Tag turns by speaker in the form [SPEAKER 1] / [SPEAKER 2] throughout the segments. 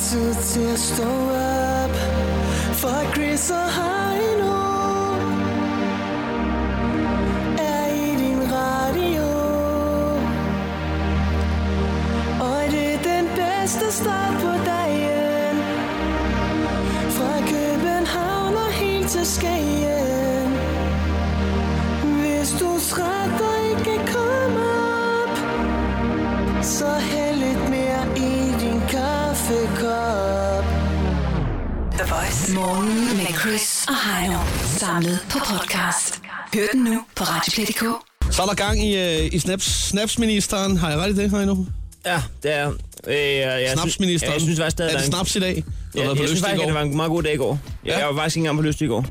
[SPEAKER 1] 次次 stå op For Chris og Heino Er i din radio Og det er den bedste start på dagen Fra København og helt til Skagen Hvis du er træt og ikke kan komme op Så hæld lidt mere i din kaffekop
[SPEAKER 2] The Voice. Morgen med Chris og Heino. Samlet på podcast. Hør den nu på Radioplay.dk.
[SPEAKER 3] Så er der gang i, øh, i snaps, snapsministeren. Har jeg ret i det, Heino?
[SPEAKER 4] Ja, det er. Øh, jeg
[SPEAKER 3] Snapsministeren.
[SPEAKER 4] Synes, ja, jeg synes faktisk, det
[SPEAKER 3] er det
[SPEAKER 4] en-
[SPEAKER 3] snaps i dag? Du, har
[SPEAKER 4] Ja, jeg
[SPEAKER 3] været på
[SPEAKER 4] synes
[SPEAKER 3] lyst i
[SPEAKER 4] faktisk, at
[SPEAKER 3] går.
[SPEAKER 4] det var en meget god dag i går. Ja.
[SPEAKER 3] Ja.
[SPEAKER 4] Jeg, jeg var faktisk ikke engang på lyst i går.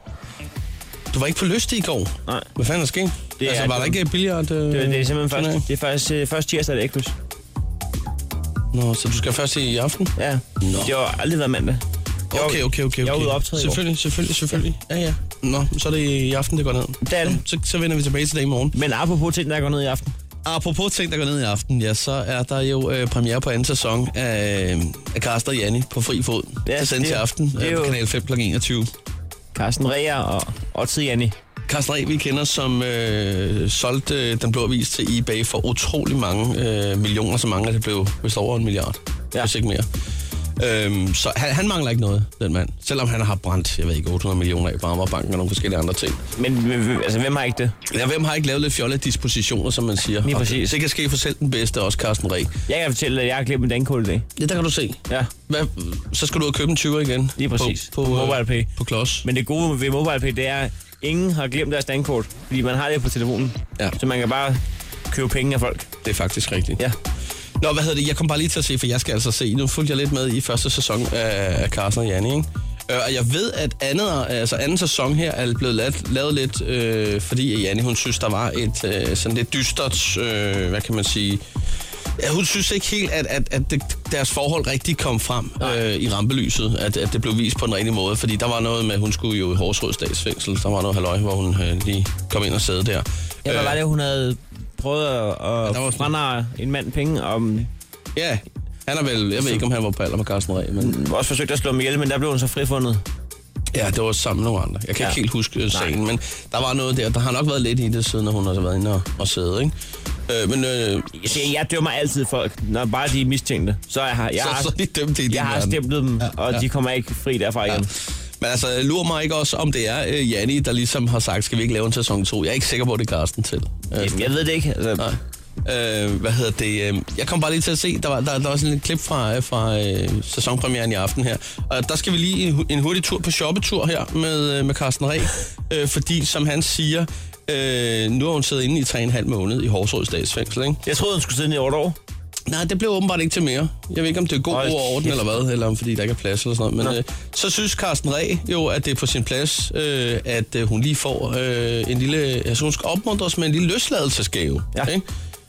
[SPEAKER 3] Du var ikke på lyst i går?
[SPEAKER 4] Nej.
[SPEAKER 3] Hvad fanden er der sket?
[SPEAKER 4] Det
[SPEAKER 3] altså,
[SPEAKER 4] er-
[SPEAKER 3] var der ikke billiard? Øh,
[SPEAKER 4] Det, det er simpelthen først,
[SPEAKER 3] turnering?
[SPEAKER 4] det er faktisk, øh, først tirsdag, det er ægtes.
[SPEAKER 3] Nå, så du skal først i aften?
[SPEAKER 4] Ja.
[SPEAKER 3] Nå.
[SPEAKER 4] Det har aldrig været mandag. Jeg var-
[SPEAKER 3] Okay, okay, okay. okay.
[SPEAKER 4] jeg var ude at optræde i går.
[SPEAKER 3] Selvfølgelig, selvfølgelig, selvfølgelig. Ja, ja. Nå, så er det i aften, det går ned.
[SPEAKER 4] er det.
[SPEAKER 3] Nå, Så, så vender vi tilbage til det i morgen.
[SPEAKER 4] Men apropos ting, der går ned i aften.
[SPEAKER 3] Apropos ting, der går ned i aften, ja, så er der jo øh, premiere på anden sæson af, øh, af Karsten og Janni på fri fod.
[SPEAKER 4] Ja,
[SPEAKER 3] Ja, til sendt
[SPEAKER 4] det-
[SPEAKER 3] til aften
[SPEAKER 4] det er
[SPEAKER 3] øh, på
[SPEAKER 4] jo-
[SPEAKER 3] Kanal 5 kl. 21.
[SPEAKER 4] Carsten Rea og Otze Janni.
[SPEAKER 3] Carsten Reh, vi kender, som øh, solgte øh, Den Blå Avis til eBay for utrolig mange øh, millioner, så mange, at det blev vist over en milliard,
[SPEAKER 4] Ja.
[SPEAKER 3] ja. hvis ikke mere. Øhm, så han, han mangler ikke noget, den mand. Selvom han har brændt, jeg ved ikke, 800 millioner af på Amagerbanken og nogle forskellige andre ting.
[SPEAKER 4] Men men, altså, hvem har ikke det?
[SPEAKER 3] Ja, hvem har ikke lavet lidt fjollede dispositioner, som man siger?
[SPEAKER 4] Lige
[SPEAKER 3] Og
[SPEAKER 4] præcis.
[SPEAKER 3] Det kan ske for selv den bedste, også Carsten Reh.
[SPEAKER 4] Jeg kan fortælle, at jeg har glemt min dankål i dag.
[SPEAKER 3] Ja, der kan du se.
[SPEAKER 4] Ja.
[SPEAKER 3] Hvad, så skal du ud og købe en 20'er igen.
[SPEAKER 4] Lige præcis.
[SPEAKER 3] På, på,
[SPEAKER 4] På
[SPEAKER 3] øh,
[SPEAKER 4] MobilePay.
[SPEAKER 3] På klods.
[SPEAKER 4] Men det gode ved MobilePay, det er, at ingen har glemt deres dankort, fordi man har det på telefonen.
[SPEAKER 3] Ja.
[SPEAKER 4] Så man kan bare købe penge af folk.
[SPEAKER 3] Det er faktisk rigtigt.
[SPEAKER 4] Ja.
[SPEAKER 3] Nå, hvad hedder det? Jeg kom bare lige til at se, for jeg skal altså se. Nu fulgte jeg lidt med i første sæson af af Carsten og Janne, ikke? Øh, Og jeg ved, at andet, altså anden sæson her er blevet lavet, lavet lidt, øh, fordi Janne, hun synes, der var et øh, sådan lidt dystert, øh, hvad kan man sige... Ja, hun synes ikke helt, at, at, at det, deres forhold rigtig kom frem øh, i rampelyset, at, at det blev vist på den rigtige måde, fordi der var noget med, at hun skulle jo i Horsrød statsfængsel, der var noget halløj, hvor hun øh, lige kom ind og sad der.
[SPEAKER 4] Ja, hvad
[SPEAKER 3] Øh,
[SPEAKER 4] var det, hun havde prøvet at, at
[SPEAKER 3] der
[SPEAKER 4] ja,
[SPEAKER 3] var-
[SPEAKER 4] franare en mand penge, og mm,
[SPEAKER 3] Øh, Ja, han er vel, jeg ved ikke, om han var på alder med Carsten Reh, men...
[SPEAKER 4] også forsøgt at slå ham ihjel, men der blev hun så frifundet.
[SPEAKER 3] Ja, det var sammen med nogle andre. Jeg kan
[SPEAKER 4] Ja.
[SPEAKER 3] ja. ikke helt huske øh, sagen, men der var noget der. Der har nok været lidt i det, siden at hun har været inde og, og sidde, ikke? Øh, men øh,
[SPEAKER 4] Jeg, siger, jeg dømmer altid folk, når bare de er mistænkte. Så jeg har, jeg
[SPEAKER 3] så,
[SPEAKER 4] har,
[SPEAKER 3] så er de dømt i din
[SPEAKER 4] jeg har
[SPEAKER 3] verden.
[SPEAKER 4] stemplet dem,
[SPEAKER 3] Ja,
[SPEAKER 4] og
[SPEAKER 3] ja.
[SPEAKER 4] de kommer ikke fri derfra igen.
[SPEAKER 3] Men altså, lurer mig ikke også, om det er øh, Janni, der ligesom har sagt, skal vi ikke lave en sæson 2? Jeg er ikke sikker på, at det er Carsten til. Øh,
[SPEAKER 4] Jamen, jeg ved det ikke. Altså,
[SPEAKER 3] Nej. Øh, hvad hedder det? øh, Jeg kom bare lige til at se, der var, der, der var sådan et klip fra, øh, fra øh, sæsonpremieren i aften her. Og der skal vi lige en hu- en hurtig tur på shoppetur her med, øh, med Carsten Reh. Øh, fordi, som han siger, øh, nu har hun siddet inde i 3,5 måned i Horsrød Statsfængsel, ikke?
[SPEAKER 4] jeg troede, hun skulle sidde ned i otte år.
[SPEAKER 3] Nej, det blev åbenbart ikke til mere. Jeg ved ikke, om det er god
[SPEAKER 4] Hold
[SPEAKER 3] ro og orden
[SPEAKER 4] kæft.
[SPEAKER 3] eller hvad, eller om fordi der ikke er plads eller sådan noget. Men
[SPEAKER 4] Nå.
[SPEAKER 3] øh, så synes Carsten Reh jo, at det er på sin plads, øh, at øh, hun lige får øh, en lille... Altså, hun skal opmuntres med en lille løsladelsesgave.
[SPEAKER 4] Ja.
[SPEAKER 3] Ikke?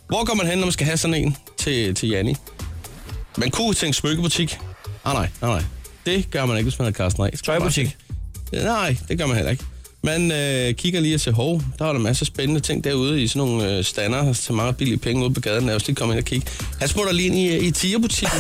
[SPEAKER 3] Hvor går man hen, når man skal have sådan en til, til Janni? Man kunne tænke smykkebutik. Ah, nej, nej, nej. Det gør man ikke, hvis man hedder Carsten Reh.
[SPEAKER 4] Tøjbutik.
[SPEAKER 3] Ja, Nej, det gør man heller ikke. Man øh, kigger lige og siger, hov, der var der masser af spændende ting derude i sådan nogle øh, stander til meget billige penge ude på gaden. Lad os lige komme ind og kigge. Han smutter lige ind i, øh, i tierbutikken.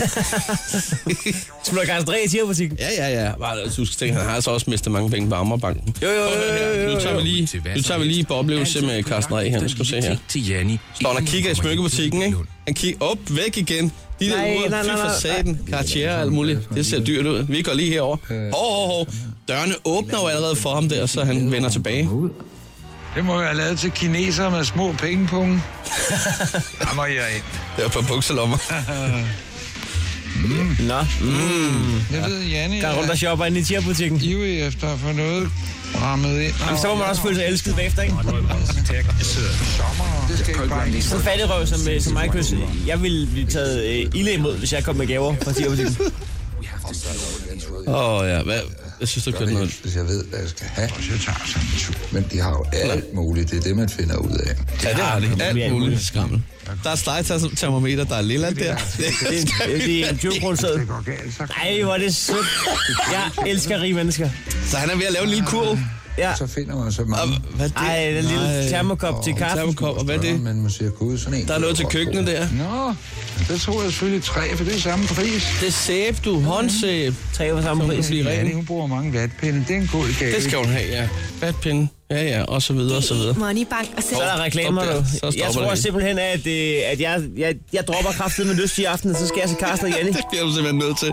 [SPEAKER 4] Skulle der Carsten Dræ i tierbutikken?
[SPEAKER 3] ja, ja, ja. Bare, du skal tænke, han har altså også mistet mange penge på Ammerbanken.
[SPEAKER 4] Jo, jo, jo,
[SPEAKER 3] Prøv at høre
[SPEAKER 4] jo,
[SPEAKER 3] her.
[SPEAKER 4] jo,
[SPEAKER 3] Nu tager vi lige,
[SPEAKER 5] til hvad
[SPEAKER 3] nu
[SPEAKER 5] som
[SPEAKER 3] tager vi lige
[SPEAKER 5] helst.
[SPEAKER 3] på oplevelse
[SPEAKER 5] Altid
[SPEAKER 3] med
[SPEAKER 5] på
[SPEAKER 3] Carsten
[SPEAKER 5] jagt
[SPEAKER 3] Reh her.
[SPEAKER 5] efter
[SPEAKER 3] Nu
[SPEAKER 5] en
[SPEAKER 3] skal du
[SPEAKER 5] lille
[SPEAKER 3] se her.
[SPEAKER 5] ting Til Janni.
[SPEAKER 3] Står han og kigger i
[SPEAKER 5] Inden hun kommer
[SPEAKER 3] smykkebutikken,
[SPEAKER 5] i
[SPEAKER 3] ikke?
[SPEAKER 5] Lund.
[SPEAKER 3] Han kigger op, væk igen. De der
[SPEAKER 4] Nej,
[SPEAKER 3] uger,
[SPEAKER 4] nej,
[SPEAKER 3] fy
[SPEAKER 4] nej,
[SPEAKER 3] for
[SPEAKER 4] nej.
[SPEAKER 3] satan, Cartier og alt muligt. Det ser dyrt ud. Vi går lige herover. Hov, hov, hov. Dørene åbner jo allerede for ham der, så han vender tilbage.
[SPEAKER 6] Det må være lavet til kinesere med små pengepunge. Der må jeg ind.
[SPEAKER 3] Det er på bukselommer.
[SPEAKER 4] Nå, mm.
[SPEAKER 6] Jeg ved, Janne
[SPEAKER 4] der er rundt og
[SPEAKER 6] er
[SPEAKER 4] shopper inde i tierbutikken.
[SPEAKER 6] ivrig efter at få noget rammet ind.
[SPEAKER 4] Jamen, så må man også føle sig elsket bagefter, ikke?
[SPEAKER 6] Det skal ikke bare
[SPEAKER 4] Så fattig røv som, øh, som mig, Chris. Jeg ville blive taget øh, ilde imod, hvis jeg kom med gaver fra tierbutikken.
[SPEAKER 3] Åh oh, ja, hvad? Jeg synes, du kørte noget.
[SPEAKER 7] hvis jeg ved, hvad jeg skal have.
[SPEAKER 6] Jeg tager sådan en tur.
[SPEAKER 7] Men de har jo alt muligt. Det er det, man finder ud af.
[SPEAKER 3] Ja, det har det.
[SPEAKER 4] Ja,
[SPEAKER 3] Alt
[SPEAKER 4] muligt.
[SPEAKER 3] muligt skrammel. Der er stegetermometer, der er lilla der.
[SPEAKER 4] Det er en- det er en 20 kroner sæd.
[SPEAKER 6] Det går galt, så
[SPEAKER 4] Ej, hvor er det sødt. Jeg elsker rige mennesker.
[SPEAKER 3] Så han er ved at lave en lille kurv.
[SPEAKER 4] Ja.
[SPEAKER 7] Og så finder man så mange.
[SPEAKER 3] Hvad er det?
[SPEAKER 4] Ej, den lille termokop til
[SPEAKER 7] Åh,
[SPEAKER 4] kaffe.
[SPEAKER 3] Termokop, og hvad er det?
[SPEAKER 7] Men man siger, gud, sådan en...
[SPEAKER 3] Der er noget til køkkenet der.
[SPEAKER 6] Nå, der tror jeg selvfølgelig tre, for det er samme pris.
[SPEAKER 3] Det er sæbe, du. Håndsæbe.
[SPEAKER 4] Tre for samme
[SPEAKER 3] Som
[SPEAKER 4] pris.
[SPEAKER 3] du bliver
[SPEAKER 6] Ja,
[SPEAKER 3] ren.
[SPEAKER 6] hun bruger mange vatpinde. Det er en god gave.
[SPEAKER 3] Det skal hun have, ja. Vatpinde. Ja, ja, og så videre, og så videre.
[SPEAKER 2] Moneybank og selv.
[SPEAKER 4] Så er der reklamer,
[SPEAKER 3] Stop der.
[SPEAKER 4] du.
[SPEAKER 3] Så stopper
[SPEAKER 4] Jeg
[SPEAKER 3] det
[SPEAKER 4] tror
[SPEAKER 3] hele.
[SPEAKER 4] simpelthen, at, øh, at jeg, jeg, jeg dropper kraftet med lyst i aften, og så skal jeg til Carsten og Janni.
[SPEAKER 3] Det bliver du simpelthen nødt til.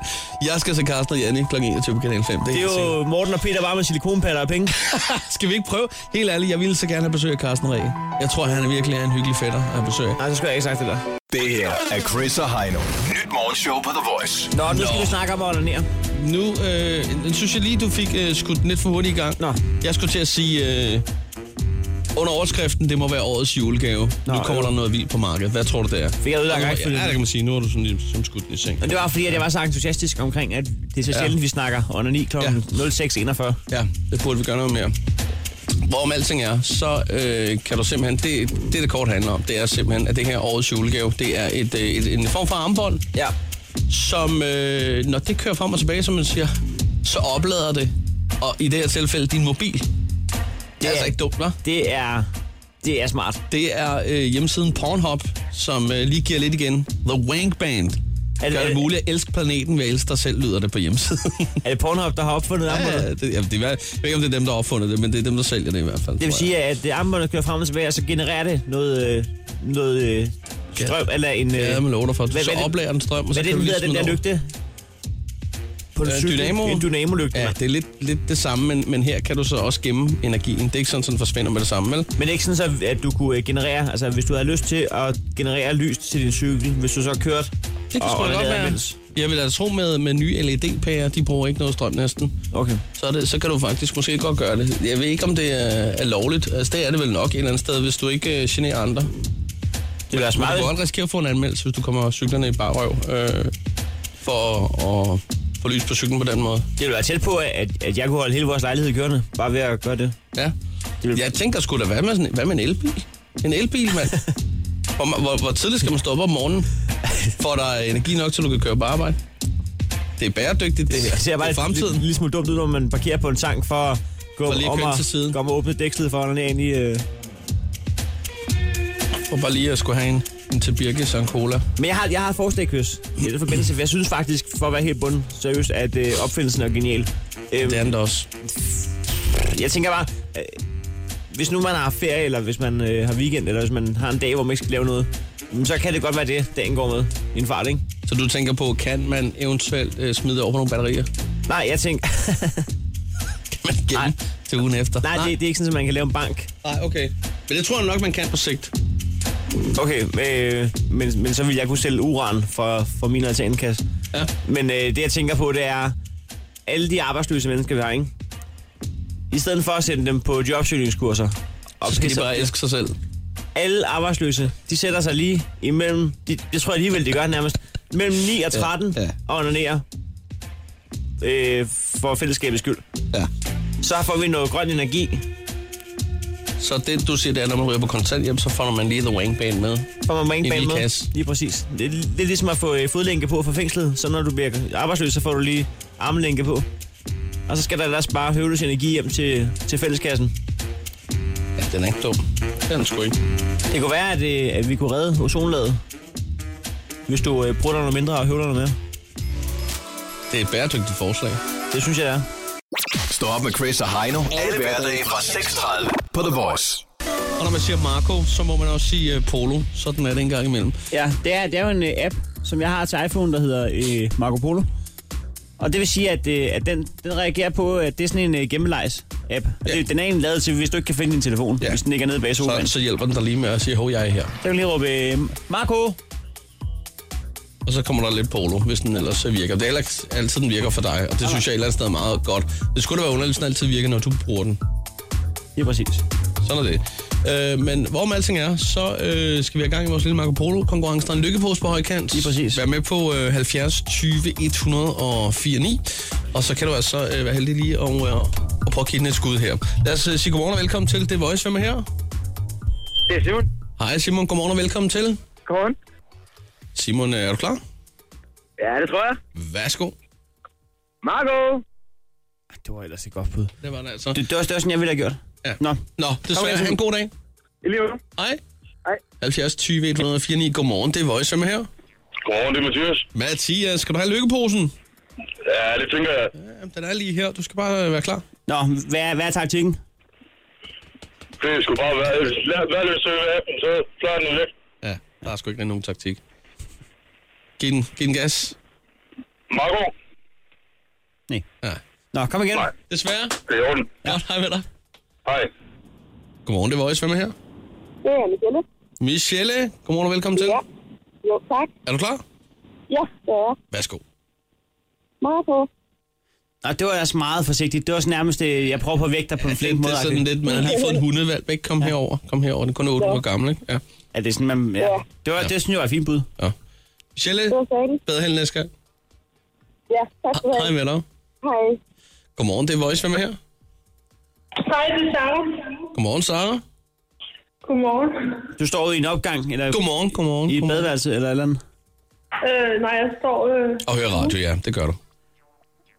[SPEAKER 3] Jeg skal til Carsten og Janni kl. 21 på Kanal 5. Det er,
[SPEAKER 4] Det er
[SPEAKER 3] jo...
[SPEAKER 4] jo Morten og Peter bare med silikonpatter og penge.
[SPEAKER 3] skal vi ikke prøve? Helt ærligt, jeg ville så gerne have besøg af Carsten Ræ. Jeg tror, han er virkelig er en hyggelig fætter at have besøg.
[SPEAKER 4] Nej, så skulle jeg ikke have sagt det der.
[SPEAKER 5] Det her er Chris og Heino. Nyt morgenshow på The Voice.
[SPEAKER 4] Nå, nu skal vi snakke om at ordinere.
[SPEAKER 3] Nu øh, synes jeg lige, du fik øh, skudt den lidt for hurtigt i gang.
[SPEAKER 4] Nå.
[SPEAKER 3] Jeg skulle til at sige, øh, under overskriften, det må være årets julegave. Nå,
[SPEAKER 4] Nå,
[SPEAKER 3] nu kommer
[SPEAKER 4] jo.
[SPEAKER 3] der noget vildt på markedet. Hvad tror du, det er?
[SPEAKER 4] Fik jeg ødelagt
[SPEAKER 3] Ja,
[SPEAKER 4] rækkefølgen?
[SPEAKER 3] Ja, det kan man sige. Nu er du sådan lidt som skudt den i seng.
[SPEAKER 4] Men det var fordi, at jeg var så entusiastisk omkring, at det er så sjældent, vi snakker under 9 kl.
[SPEAKER 3] Ja.
[SPEAKER 4] 06.41.
[SPEAKER 3] Ja, det burde vi gøre noget mere. Hvorom alting er, så øh, kan du simpelthen, det, det det kort handler om, det er simpelthen, at det her årets julegave, det er et, øh, et, en form for armbånd,
[SPEAKER 4] Ja.
[SPEAKER 3] som øh, når det kører frem og tilbage, som man siger, så oplader det, og i det her tilfælde din mobil. Det er
[SPEAKER 4] er-
[SPEAKER 3] altså ikke dumt, hva'?
[SPEAKER 4] Det er, det er smart.
[SPEAKER 3] Det er øh, hjemmesiden Pornhub, som øh, lige giver lidt igen. The Wank Band.
[SPEAKER 4] Er det-
[SPEAKER 3] Gør
[SPEAKER 4] er
[SPEAKER 3] det
[SPEAKER 4] det-
[SPEAKER 3] muligt at elske planeten ved at elske dig selv, lyder det på hjemmesiden.
[SPEAKER 4] Er det Pornhub, der har opfundet armbåndet?
[SPEAKER 3] ja, det, jamen, det er, jeg ved ikke, om det er dem, der har opfundet det, men det er dem, der sælger det i hvert fald.
[SPEAKER 4] Det vil
[SPEAKER 3] tror jeg.
[SPEAKER 4] sige, at øh, armbåndet kører frem og tilbage, og så genererer det noget, øh, noget øh, strøm, eller en... øh,
[SPEAKER 3] Ja, man lover dig for.
[SPEAKER 4] Hvad-
[SPEAKER 3] Så
[SPEAKER 4] hvad er det-
[SPEAKER 3] oplager den strøm, og så
[SPEAKER 4] Hvad er
[SPEAKER 3] kan
[SPEAKER 4] det, den
[SPEAKER 3] du
[SPEAKER 4] hedder, den
[SPEAKER 3] smide den
[SPEAKER 4] der
[SPEAKER 3] over.
[SPEAKER 4] lygte? På en
[SPEAKER 3] Øh,
[SPEAKER 4] cykel?
[SPEAKER 3] dynamo.
[SPEAKER 4] En dynamolygte.
[SPEAKER 3] Ja,
[SPEAKER 4] Ja.
[SPEAKER 3] det er lidt, lidt det samme, men, men her kan du så også gemme energien. Det er ikke sådan, at den forsvinder med det samme, vel?
[SPEAKER 4] Men det er ikke sådan, så, at du kunne øh, generere, altså hvis du havde lyst til at generere lys til din cykel, hvis du så kørte
[SPEAKER 3] Det kan
[SPEAKER 4] og
[SPEAKER 3] sgu da godt
[SPEAKER 4] onanerede
[SPEAKER 3] være.
[SPEAKER 4] imens.
[SPEAKER 3] Jeg vil da tro med, med nye LED-pærer, de bruger ikke noget strøm næsten.
[SPEAKER 4] Okay.
[SPEAKER 3] Så, er det, så kan du faktisk måske godt gøre det. Jeg ved ikke, om det er, er lovligt. Altså, det er det vel nok et eller andet sted, hvis du ikke øh, generer andre. Du
[SPEAKER 4] Det er
[SPEAKER 3] kan
[SPEAKER 4] smart.
[SPEAKER 3] godt risikere at få en anmeldelse, hvis du kommer cyklerne i barrøv, øh, for at, at få lys på cyklen på den måde.
[SPEAKER 4] Det ville være tæt på, at, at jeg kunne holde hele vores lejlighed kørende, bare ved at gøre det.
[SPEAKER 3] Ja.
[SPEAKER 4] Det vil-
[SPEAKER 3] Jeg tænkte, der skulle da være med, sådan, hvad med en elbil? En elbil, mand. Hvor, ma- hvor, hvor tidligt skal man stå op om morgenen, for at der er energi nok til, at du kan køre på arbejde? Det er bæredygtigt, det her.
[SPEAKER 4] Det ser Altså, bare
[SPEAKER 3] det er
[SPEAKER 4] lidt,
[SPEAKER 3] fremtiden.
[SPEAKER 4] lidt smule dumt ud, når man parkerer på en tank for at gå
[SPEAKER 3] For lige at
[SPEAKER 4] om,
[SPEAKER 3] køre
[SPEAKER 4] og,
[SPEAKER 3] til siden.
[SPEAKER 4] gå om og åbne dækslet for at ind i... Øh.
[SPEAKER 3] Og bare lige at skulle have en, en til Birke og en cola.
[SPEAKER 4] Men jeg har, jeg har et forslag, Chris, i den forbindelse, for jeg synes faktisk, for at være helt bunden, seriøst, at øh, opfindelsen er genial. Øhm,
[SPEAKER 3] Det er den da også.
[SPEAKER 4] Jeg tænker bare, øh, hvis nu man har ferie, eller hvis man øh, har weekend, eller hvis man har en dag, hvor man ikke skal lave noget, mm, så kan det godt være det, dagen går med i en fart, ikke?
[SPEAKER 3] Så du tænker på, kan man eventuelt øh, smide det over på nogle batterier?
[SPEAKER 4] Nej, jeg tænker,
[SPEAKER 3] Kan man gemme
[SPEAKER 4] Nej.
[SPEAKER 3] til ugen efter?
[SPEAKER 4] nej, det, det er ikke sådan, at man kan lave en bank.
[SPEAKER 3] Nej, okay. Men det tror jeg nok, man kan på sigt.
[SPEAKER 4] Okay, øh, men, men så vil jeg kunne sælge uran for, for min altankasse.
[SPEAKER 3] Ja.
[SPEAKER 4] Men øh, det, jeg tænker på, det er alle de arbejdsløse mennesker, vi har, ikke? I stedet for at sende dem på jobsøgningskurser, og
[SPEAKER 3] Så skal de bare elske sig selv.
[SPEAKER 4] alle arbejdsløse, de sætter sig lige imellem, de, jeg tror alligevel, de gør nærmest, mellem 9 og 13
[SPEAKER 3] Ja,
[SPEAKER 4] ja,
[SPEAKER 3] ja.
[SPEAKER 4] ja. og onanerer øh, for fællesskabets skyld.
[SPEAKER 3] Ja.
[SPEAKER 4] Så får vi noget grøn energi,
[SPEAKER 3] Så det, du siger, det er, når man ryger på kontanthjem, så får man lige The Wang Band med.
[SPEAKER 4] får man
[SPEAKER 3] En
[SPEAKER 4] mange
[SPEAKER 3] lille
[SPEAKER 4] med.
[SPEAKER 3] kasse.
[SPEAKER 4] Lige præcis. Det, er- det er ligesom at få øh, fodlænke på for fængslet, så når du bliver arbejdsløs, så får du lige armlænke på. Og så skal der ellers bare høvdes energi hjem til, til fælleskassen.
[SPEAKER 3] Ja, den er ikke dum. Det er den sgu ikke.
[SPEAKER 4] Det kunne være, at, øh, at vi kunne redde ozonlaget, hvis du øh, bruger noget mindre og høvler noget mere.
[SPEAKER 3] Det er et bæredygtigt forslag.
[SPEAKER 4] Det synes jeg, det er.
[SPEAKER 5] Stå op med Chris og Heino. Alle hverdage fra 6.30 på The Voice.
[SPEAKER 3] Og når man siger Marco, så må man også sige øh, Polo. Sådan er det en gang imellem.
[SPEAKER 4] Ja, det er, det er jo en øh, app, som jeg har til iPhone, der hedder øh, Marco Polo. Og det vil sige, at, øh, at den, den reagerer på, at det er sådan en øh, gemmelejs-app. Og
[SPEAKER 3] Ja.
[SPEAKER 4] Det, den er egentlig lavet til, hvis du ikke kan finde din telefon,
[SPEAKER 3] Ja.
[SPEAKER 4] ja. hvis den ikke er nede bag sofaen.
[SPEAKER 3] Så,
[SPEAKER 4] Så,
[SPEAKER 3] så hjælper den dig lige med at sige, hov, jeg er her.
[SPEAKER 4] kan du lige råbe, øh, Marco!
[SPEAKER 3] Og så kommer der lidt Polo, hvis den ellers så virker. Det er heller ikke altid, den virker for dig, og det synes jeg et eller andet sted er meget godt. Det skulle da være underligt, hvis den altid virker, når du bruger den.
[SPEAKER 4] Ja, præcis.
[SPEAKER 3] Sådan er det. Øh, men hvorom alting er, så øh, skal vi have gang i vores lille Marco Polo-konkurrence. Der er en lykkepose på højkant.
[SPEAKER 4] Lige præcis.
[SPEAKER 3] Vær med på øh, 70 20 104 9. Og så kan du altså øh, være heldig lige og, øh, og prøve at give den et skud her. Lad os øh, sige godmorgen og velkommen til. Det er Voice, hvem er her?
[SPEAKER 8] Det er Simon.
[SPEAKER 3] Hej Simon, godmorgen og velkommen til.
[SPEAKER 8] Godmorgen.
[SPEAKER 3] Simon, øh, er du klar?
[SPEAKER 8] Ja, det tror jeg.
[SPEAKER 3] Værsgo.
[SPEAKER 8] Marco.
[SPEAKER 4] Det var ellers et godt bud.
[SPEAKER 3] Det var det altså.
[SPEAKER 4] Det, det var, det var sådan, jeg ville have gjort.
[SPEAKER 3] Ja.
[SPEAKER 4] Nå.
[SPEAKER 3] Nå, det
[SPEAKER 4] Okay,
[SPEAKER 3] okay,
[SPEAKER 4] så-
[SPEAKER 3] en god dag.
[SPEAKER 8] I lige måde.
[SPEAKER 3] Hej.
[SPEAKER 8] Hej.
[SPEAKER 3] 70 20 149. Godmorgen, det er Voice, som er her.
[SPEAKER 8] Godmorgen, det er Mathias.
[SPEAKER 3] Mathias, skal du have lykkeposen?
[SPEAKER 8] Ja, det tænker jeg.
[SPEAKER 3] Jamen, den er lige her. Du skal bare øh, være klar.
[SPEAKER 4] Nå, hvad, er- hvad er taktikken?
[SPEAKER 8] Det skulle bare være... Lad, lad det søge af appen, så klarer den lidt.
[SPEAKER 3] Ja, der er sgu ikke nogen taktik. Giv den, giv den gas.
[SPEAKER 8] Marco,
[SPEAKER 4] Nej.
[SPEAKER 3] Ja.
[SPEAKER 4] Nå, kom igen.
[SPEAKER 8] Nej.
[SPEAKER 3] Desværre.
[SPEAKER 8] det er i orden.
[SPEAKER 3] Ja. Godt, hej med dig.
[SPEAKER 8] Hej.
[SPEAKER 3] Godmorgen, det er Voice, hvem er her?
[SPEAKER 9] Det er Michelle.
[SPEAKER 3] Michelle, godmorgen og velkommen til.
[SPEAKER 9] Ja. Jo, tak.
[SPEAKER 3] Er du klar?
[SPEAKER 9] Ja, det er jeg.
[SPEAKER 3] Værsgo.
[SPEAKER 9] meget på.
[SPEAKER 4] Nå, det var altså meget forsigtigt. Det var sådan nærmest, øh, jeg prøver på at vægte dig på en flink
[SPEAKER 3] det
[SPEAKER 4] måde.
[SPEAKER 3] er sådan lidt, man har lige fået en hundevalp, ikke? Kom herover, kom herover. Den er kun 8 år gammel, ikke? Ja.
[SPEAKER 4] Er det sådan, man... Ja.
[SPEAKER 9] Ja.
[SPEAKER 4] Det, var, det synes jeg var et fint bud.
[SPEAKER 3] ja. Michelle,
[SPEAKER 9] Det var sagen.
[SPEAKER 3] bedre held næste gang.
[SPEAKER 9] Ja, tak skal du
[SPEAKER 3] Hej
[SPEAKER 9] have.
[SPEAKER 3] med dig.
[SPEAKER 9] Hej.
[SPEAKER 3] Godmorgen, det er Voice, hvem er her?
[SPEAKER 9] Hej, det er Sara.
[SPEAKER 3] Godmorgen, Sara.
[SPEAKER 9] Godmorgen.
[SPEAKER 4] Du står ude i en opgang, eller
[SPEAKER 3] Godmorgen, godmorgen.
[SPEAKER 4] i et
[SPEAKER 3] godmorgen.
[SPEAKER 4] badeværelse, eller et eller andet.
[SPEAKER 9] Øh, nej, jeg står... Øh,
[SPEAKER 3] Og høre radio, ja, det gør du.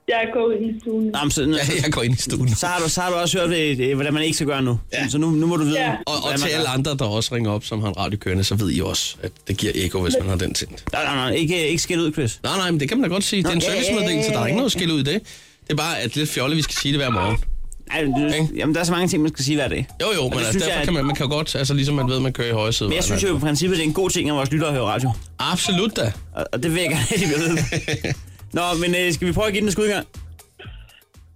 [SPEAKER 9] jeg er gået i stuen.
[SPEAKER 4] Nå, men så, ja,
[SPEAKER 3] Jeg går ind i stuen.
[SPEAKER 4] så, har du, så har du også hørt, øh, øh, hvordan man ikke skal gøre nu. Ja. Så nu, nu må du vide.
[SPEAKER 9] Ja.
[SPEAKER 4] Ja.
[SPEAKER 3] Og, og til alle andre, der også ringer op, som har en radio kørende, så ved I også, at det giver ekko, hvis man har den tændt.
[SPEAKER 4] Nej, nej, nej. Ikke, ikke skæld ud, Chris.
[SPEAKER 3] Nej, nej, men det kan man da godt sige. Det er en
[SPEAKER 4] Nå, ja, ja,
[SPEAKER 3] servicemeddelelse, så der er
[SPEAKER 4] ja,
[SPEAKER 3] ikke
[SPEAKER 4] ja.
[SPEAKER 3] noget skille ud i det. Det er bare, at det er lidt fjollet, vi skal sige det hver morgen.
[SPEAKER 4] Ej, det,
[SPEAKER 3] Ikke?
[SPEAKER 4] jamen, der er så mange ting, man skal sige hver dag.
[SPEAKER 3] Jo, jo, men
[SPEAKER 4] det
[SPEAKER 3] altså,
[SPEAKER 4] synes
[SPEAKER 3] derfor
[SPEAKER 4] jeg,
[SPEAKER 3] kan
[SPEAKER 4] at-
[SPEAKER 3] man, man kan jo godt, altså ligesom man ved, man kører i højre side.
[SPEAKER 4] Men jeg synes jo i princippet, det er en god ting, at vores lyttere hører radio.
[SPEAKER 3] Absolut da.
[SPEAKER 4] Og, og det vil jeg gerne have, de ved. Nå, men øh, skal vi prøve at give den en skudgang?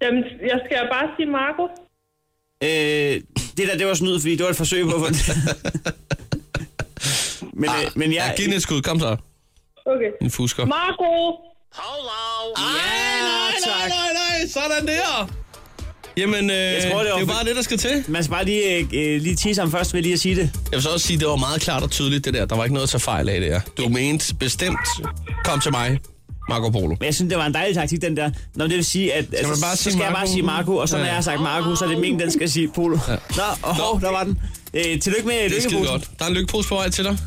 [SPEAKER 9] Jamen, jeg skal bare sige Marco.
[SPEAKER 4] Øh, det der, det var snyd, fordi det var et forsøg på at få den. men, øh, men jeg...
[SPEAKER 3] Ja, Ah, giv den et skud. Kom så,
[SPEAKER 9] Okay.
[SPEAKER 3] en fusker.
[SPEAKER 9] Marco!
[SPEAKER 4] nej, tak.
[SPEAKER 3] nej, sådan der. Jamen, øh, jeg
[SPEAKER 4] tror, det
[SPEAKER 3] tror, det,
[SPEAKER 4] var
[SPEAKER 3] er jo
[SPEAKER 4] for-
[SPEAKER 3] bare det, der skal til.
[SPEAKER 4] Man skal bare lige, øh, øh, lige tisse ham først ved lige at sige det.
[SPEAKER 3] Jeg vil så også sige, at det var meget klart og tydeligt, det der. Der var ikke noget at tage fejl af, det her. Du mente bestemt, kom til mig, Marco Polo.
[SPEAKER 4] Men jeg synes, det var en dejlig taktik, den der. Nå, men det vil sige, at altså,
[SPEAKER 3] bare
[SPEAKER 4] så
[SPEAKER 3] sige
[SPEAKER 4] skal jeg bare
[SPEAKER 3] Marco?
[SPEAKER 4] sige Marco, og så når
[SPEAKER 3] Ja.
[SPEAKER 4] jeg har sagt Marco, så er det Ming, den skal sige Polo. Ja. Nå, og hov, der var den. Øh, tillykke med
[SPEAKER 3] Det er skide
[SPEAKER 4] lykkeposen.
[SPEAKER 3] godt. Der er en lykkepose på vej til dig.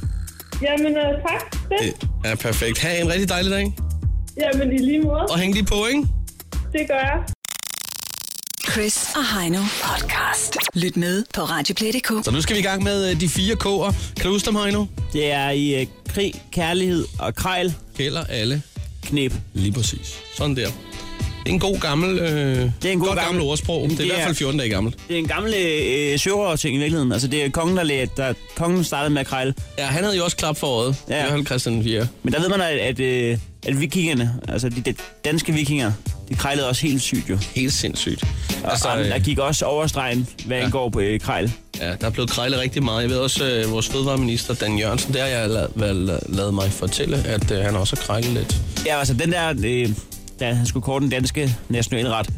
[SPEAKER 9] Jamen, øh, tak. Det.
[SPEAKER 3] Det er perfekt. Ha' en rigtig dejlig dag.
[SPEAKER 9] Jamen, i lige måde.
[SPEAKER 3] Og hæng lige på, ikke?
[SPEAKER 9] Det gør jeg.
[SPEAKER 2] Chris og Heino podcast. Lyt med på Radioplay.dk.
[SPEAKER 3] Så nu skal vi i gang med øh, de fire K'er. Kan du huske dem, Heino?
[SPEAKER 4] Det er i øh, krig, kærlighed og krejl,
[SPEAKER 3] Gælder alle.
[SPEAKER 4] knep.
[SPEAKER 3] Lige præcis. Sådan der. Det er en god gammel, øh, det
[SPEAKER 4] er en god
[SPEAKER 3] godt gammel
[SPEAKER 4] gammel-
[SPEAKER 3] ordsprog. Det
[SPEAKER 4] Jamen,
[SPEAKER 3] er, i
[SPEAKER 4] det
[SPEAKER 3] hvert fald
[SPEAKER 4] er-
[SPEAKER 3] 14 dage gammelt.
[SPEAKER 4] Det er en gammel øh, sørøver-ting i virkeligheden. Altså, det er kongen, der, lagde, der kongen startede med at krejle.
[SPEAKER 3] Ja, han havde jo også klap for øjet. Ja.
[SPEAKER 4] Ja.
[SPEAKER 3] I hvert fald Christian 4.
[SPEAKER 4] Men der ved man, at, at, øh, at vikingerne, altså de, de danske vikinger, de krejlede også helt sygt jo.
[SPEAKER 3] Helt sindssygt.
[SPEAKER 4] Altså, og,
[SPEAKER 3] øh,
[SPEAKER 4] der gik også over stregen, hvad ja. angår på øh, krejl.
[SPEAKER 3] Ja, der er blevet krejlet rigtig meget. Jeg ved også, øh, vores fødevareminister Dan Jørgensen, der har jeg la- la- la- lavet mig fortælle, at øh, han også har krejlet lidt.
[SPEAKER 4] Ja, altså den der, øh, da han skulle kåre den danske nationalret,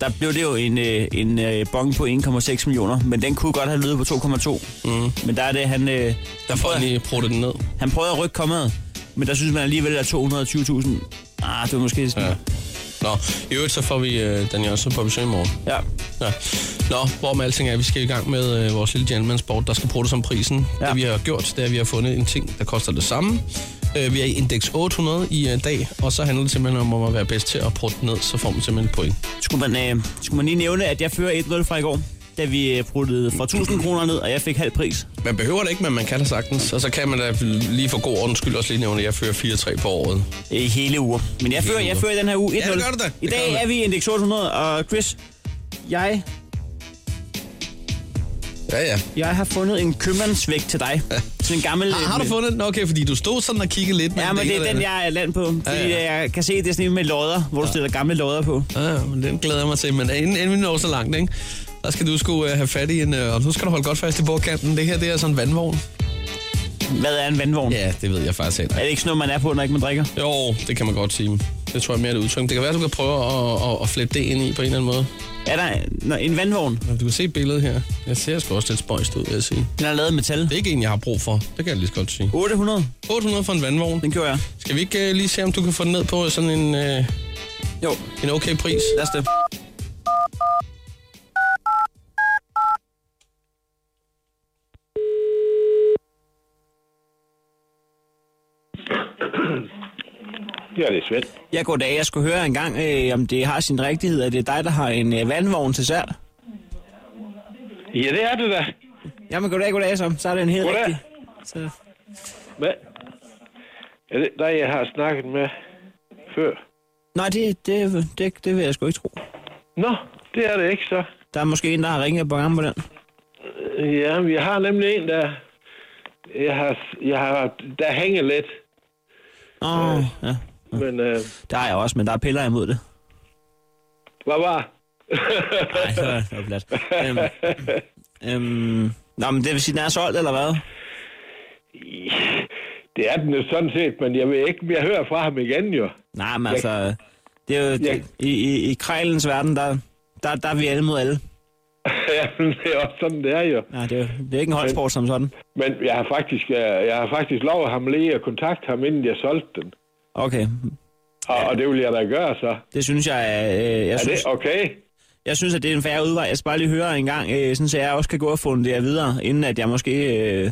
[SPEAKER 4] der blev det jo en, øh, en øh, bong på 1,6 millioner, men den kunne godt have lydet på 2,2. Mm. Men der er det, han, øh,
[SPEAKER 3] Der får han lige pruttet den ned.
[SPEAKER 4] han prøvede at rykke kommaet, men der synes man alligevel, at 220.000, ah, det var måske sådan,
[SPEAKER 3] Ja.
[SPEAKER 4] ja.
[SPEAKER 3] Nå, i øvrigt så får vi øh, Dan Jørgensen på besøg i morgen.
[SPEAKER 4] ja.
[SPEAKER 3] Ja. Nå, hvor med alting er, vi skal i gang med øh, vores lille gentleman sport, der skal bruges som prisen. Ja.
[SPEAKER 4] Ja.
[SPEAKER 3] Det vi har gjort, det er, at vi har fundet en ting, der koster det samme. Øh, vi er i indeks 800 i øh, dag, og så handler det simpelthen om om at være bedst til at prutte den ned, så får man simpelthen et point.
[SPEAKER 4] Skulle man, øh, skulle man lige nævne, at jeg fører 1-0 fra i går, da vi øh, pruttede fra 1000 kroner ned, og jeg fik halv pris.
[SPEAKER 3] Man behøver det ikke, men man kan det sagtens. Og så kan man da lige for god ordens skyld også lige nævne, at jeg fører 4-3 på året.
[SPEAKER 4] I øh, hele uger. Men jeg fører, jeg
[SPEAKER 3] uger.
[SPEAKER 4] fører i den her uge 1-0.
[SPEAKER 3] Ja, det gør du da.
[SPEAKER 4] I
[SPEAKER 3] Det gør
[SPEAKER 4] dag
[SPEAKER 3] du da.
[SPEAKER 4] er vi i indeks 800, og Chris, jeg,
[SPEAKER 3] Ja, ja.
[SPEAKER 4] jeg har fundet en købmandsvægt til dig. Sådan en gammel...
[SPEAKER 3] Har, har du
[SPEAKER 4] øh,
[SPEAKER 3] fundet den? Okay, fordi du stod sådan og kiggede lidt.
[SPEAKER 4] Ja, men
[SPEAKER 3] ene
[SPEAKER 4] det er den,
[SPEAKER 3] eller
[SPEAKER 4] jeg er land på. Fordi
[SPEAKER 3] Ja,
[SPEAKER 4] ja,
[SPEAKER 3] ja.
[SPEAKER 4] ja. jeg kan se, det er sådan en med lodder, hvor du stiller gamle lodder på.
[SPEAKER 3] andet. Ja, ja, Ah, men den glæder jeg mig til. Men inden, inden vi når så langt, ikke? der skal du sgu uh, have fat i en... Uh, og nu skal du holde godt fast i bordkanten. Det her, det er sådan en vandvogn.
[SPEAKER 4] Hvad er en vandvogn? Ja.
[SPEAKER 3] Ja, det ved jeg faktisk heller
[SPEAKER 4] Er
[SPEAKER 3] ikke.
[SPEAKER 4] det ikke sådan noget, man er på, når ikke man drikker?
[SPEAKER 3] Jo, det kan man godt sige. Det tror jeg mere er et udtryk. Det kan være, at du kan prøve at, at, at flette det ind i på en eller anden måde.
[SPEAKER 4] Er der nå, en vandvogn?
[SPEAKER 3] Men Du kan se billedet her. Jeg ser sgu også lidt spøjst ud, vil jeg sige.
[SPEAKER 4] Den er lavet af metal.
[SPEAKER 3] Det er ikke en, jeg har brug for. Det kan jeg lige så godt sige.
[SPEAKER 4] 800,
[SPEAKER 3] 800 for en vandvogn.
[SPEAKER 4] den kører jeg.
[SPEAKER 3] Skal vi ikke uh, lige se, om du kan få den ned på sådan en, uh,
[SPEAKER 4] Jo,
[SPEAKER 3] en okay pris?
[SPEAKER 4] lad os det.
[SPEAKER 8] Ja, det er Svend.
[SPEAKER 4] Jeg går dag. Jeg skulle høre en gang, øh, om det har sin rigtighed, at det er dig, der har en øh, vandvogn til salg.
[SPEAKER 8] Ja, det er det da.
[SPEAKER 4] Jamen, goddag, goddag, så. Så er det en helt
[SPEAKER 8] Goddag.
[SPEAKER 4] rigtig. Så,
[SPEAKER 8] Hvad? Er det dig, jeg har snakket med før?
[SPEAKER 4] nej, det, det, det, det vil jeg sgu ikke tro.
[SPEAKER 8] Nå, det er det ikke så.
[SPEAKER 4] Der er måske en, der har ringet på gang på den.
[SPEAKER 8] Ja, vi har nemlig en, der... Jeg har, jeg har, der hænger lidt,
[SPEAKER 4] Åh, oh, ja.
[SPEAKER 8] men... Øh,
[SPEAKER 4] Der er jeg også, men der er piller imod det.
[SPEAKER 8] hvad var?
[SPEAKER 4] Nej, det var, det var plat. Øhm, øhm, nå, men det vil sige, den er solgt, eller hvad?
[SPEAKER 8] Det er den jo sådan set, men jeg vil ikke mere høre fra ham igen, jo.
[SPEAKER 4] Nej, men altså, det er jo, det, i, i, i krejlens verden, der, der, der er vi alle mod alle.
[SPEAKER 8] Jamen, det er også sådan, det er jo.
[SPEAKER 4] Ja, det, er, jo- det er ikke en holdsport som sådan.
[SPEAKER 8] Men jeg har faktisk, øh, jeg har faktisk lovet ham lige at kontakte ham, inden jeg solgte den.
[SPEAKER 4] Okay,
[SPEAKER 8] Og, og det vil jeg da gøre, så.
[SPEAKER 4] det synes jeg, er- øh, jeg,
[SPEAKER 8] Er det
[SPEAKER 4] synes,
[SPEAKER 8] okay?
[SPEAKER 4] jeg synes, at det er en færre udvej. Jeg skal bare lige høre en gang, øh, sådan, så jeg også kan gå og få den der videre, inden at jeg måske øh,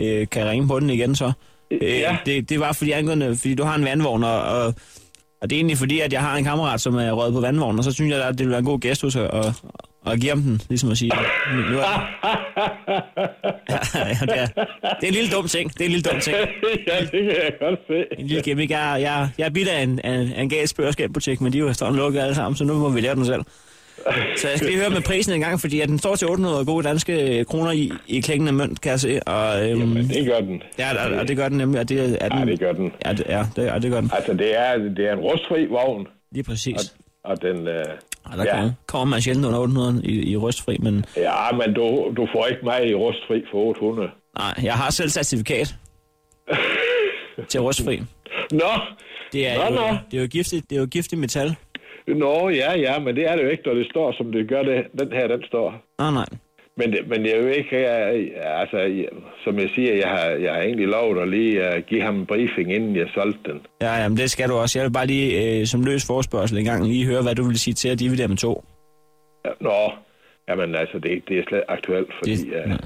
[SPEAKER 4] øh, kan ringe på den igen så. Øh,
[SPEAKER 8] Ja.
[SPEAKER 4] det, det var fordi, angående, fordi du har en vandvogn, og, og, og det er egentlig fordi, at jeg har en kammerat, som er røget på vandvognen, og så synes jeg, at det ville være en god gæst hos at, at, at give ham den, ligesom at sige. Nu, nu er den. ja, det, er, det er en lille dum ting. Det er en lille dum ting.
[SPEAKER 8] ja, det kan jeg godt se.
[SPEAKER 4] En lille gimmick. Jeg, jeg, jeg er bidt af en, af, en- af en gal spørgeskabbutik, men de er jo efterhånden lukket alle sammen, så nu må vi lære den selv. Så jeg skal lige høre med prisen en gang, fordi at den står til 800 gode danske øh, kroner i, i klingende mønt, kan jeg se. Og, øhm,
[SPEAKER 8] Jamen, det gør den.
[SPEAKER 4] ja, og, og, det gør den nemlig. Og det, er den,
[SPEAKER 8] Ja, det gør den.
[SPEAKER 4] Ja, det, ja, det, ja, det gør den.
[SPEAKER 8] Altså, det er, det er en rustfri vogn,
[SPEAKER 4] Lige præcis.
[SPEAKER 8] og den... Øh,
[SPEAKER 4] Og der
[SPEAKER 8] ja.
[SPEAKER 4] kommer, kommer man sjældent under 800 i, i rustfri, men
[SPEAKER 8] ja, men du, du får ikke mig i rustfri for 800.
[SPEAKER 4] nej, jeg har selv certifikat til rustfri.
[SPEAKER 8] Nå,
[SPEAKER 4] Det er,
[SPEAKER 8] Nå,
[SPEAKER 4] jo,
[SPEAKER 8] nå.
[SPEAKER 4] det er jo giftigt, det er jo giftigt metal.
[SPEAKER 8] nå, ja, ja, men det er det jo ikke, når det står, som det gør det. Den her, den står.
[SPEAKER 4] Nej, nej.
[SPEAKER 8] Men, det- men jeg vil ikke, jeg, altså, jeg, som jeg siger, jeg har, jeg har egentlig lovet at lige uh, give ham en briefing, inden jeg solgte den.
[SPEAKER 4] Ja, jamen, det skal du også. Jeg vil bare lige øh, som løs forspørgsel en gang lige høre, hvad du vil sige til at dividere med to.
[SPEAKER 8] Ja, Nå, jamen altså, det, det er slet ikke aktuelt, fordi
[SPEAKER 4] Det-
[SPEAKER 8] det, uh,
[SPEAKER 4] nej.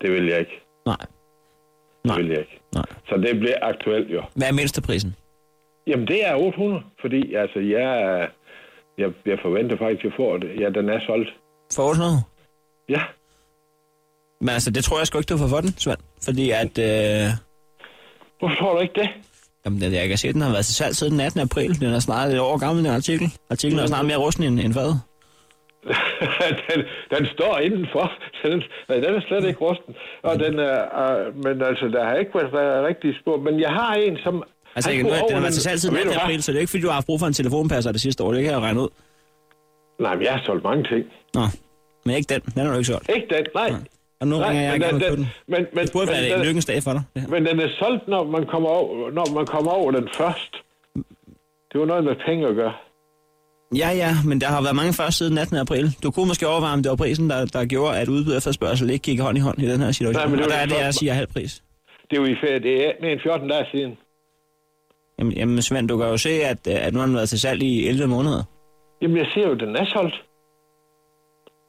[SPEAKER 8] det vil jeg ikke.
[SPEAKER 4] Nej.
[SPEAKER 8] Det
[SPEAKER 4] Nej.
[SPEAKER 8] vil jeg ikke.
[SPEAKER 4] Nej.
[SPEAKER 8] Så det bliver aktuelt jo.
[SPEAKER 4] Hvad er mindsteprisen?
[SPEAKER 8] Jamen, det er 800, fordi altså, jeg, øh, jeg, jeg forventer faktisk, at jeg får det. Ja, den er solgt.
[SPEAKER 4] For 800?
[SPEAKER 8] Ja,
[SPEAKER 4] Men altså, det tror jeg sgu ikke, du får for den, Svend. Fordi at... Øh,
[SPEAKER 8] hvorfor tror du ikke det?
[SPEAKER 4] jamen, det- jeg kan se, at den har været til salg siden den 18. april. Den er snart et år gammel, den artikel. Artiklen er snart mere rusten end, end hvad?
[SPEAKER 8] den, den står indenfor. Den, nej, den er slet ikke rusten. Og den, øh, øh, men altså, der har ikke været der er rigtig spor. Men jeg har en, som...
[SPEAKER 4] Altså,
[SPEAKER 8] han
[SPEAKER 4] jeg kan,
[SPEAKER 8] skulle
[SPEAKER 4] høre, at den
[SPEAKER 8] over
[SPEAKER 4] har været til salg siden
[SPEAKER 8] Og
[SPEAKER 4] den
[SPEAKER 8] ved
[SPEAKER 4] 18.
[SPEAKER 8] du hvad?
[SPEAKER 4] april, så det er ikke, fordi du har haft brug for en telefonpasser det sidste år. Det kan jeg jo regne ud.
[SPEAKER 8] Nej, men jeg har solgt mange ting.
[SPEAKER 4] Nå, men ikke den. Den har du ikke solgt.
[SPEAKER 8] Ikke den, nej.
[SPEAKER 4] Og nu
[SPEAKER 8] Nej,
[SPEAKER 4] ringer jeg
[SPEAKER 8] men
[SPEAKER 4] ikke
[SPEAKER 8] den-
[SPEAKER 4] om at købe
[SPEAKER 8] den-
[SPEAKER 4] den.
[SPEAKER 8] men- men-
[SPEAKER 4] det burde
[SPEAKER 8] men
[SPEAKER 4] være en
[SPEAKER 8] den-
[SPEAKER 4] lykkens dag for dig. Det her.
[SPEAKER 8] Men den er solgt, når man kommer over, når man kommer over den først. Det var noget med penge at gøre.
[SPEAKER 4] Ja, ja, men der har været mange først siden 18. april. Du kunne måske overveje, om det var prisen, der, der gjorde, at udbud og efterspørgsel ikke gik hånd i hånd i den her situation.
[SPEAKER 8] Nej,
[SPEAKER 4] Nej,
[SPEAKER 8] men
[SPEAKER 4] men
[SPEAKER 8] det
[SPEAKER 4] og
[SPEAKER 8] var
[SPEAKER 4] der er
[SPEAKER 8] det
[SPEAKER 4] det, jeg
[SPEAKER 8] spørgsmål.
[SPEAKER 4] siger halv pris.
[SPEAKER 8] Det er jo i ferie. Det er mere end 14 dage siden.
[SPEAKER 4] Jamen, jamen Svend, du kan jo se, at, at nu har den været til salg i 11 måneder.
[SPEAKER 8] Jamen, jeg siger jo, den er solgt.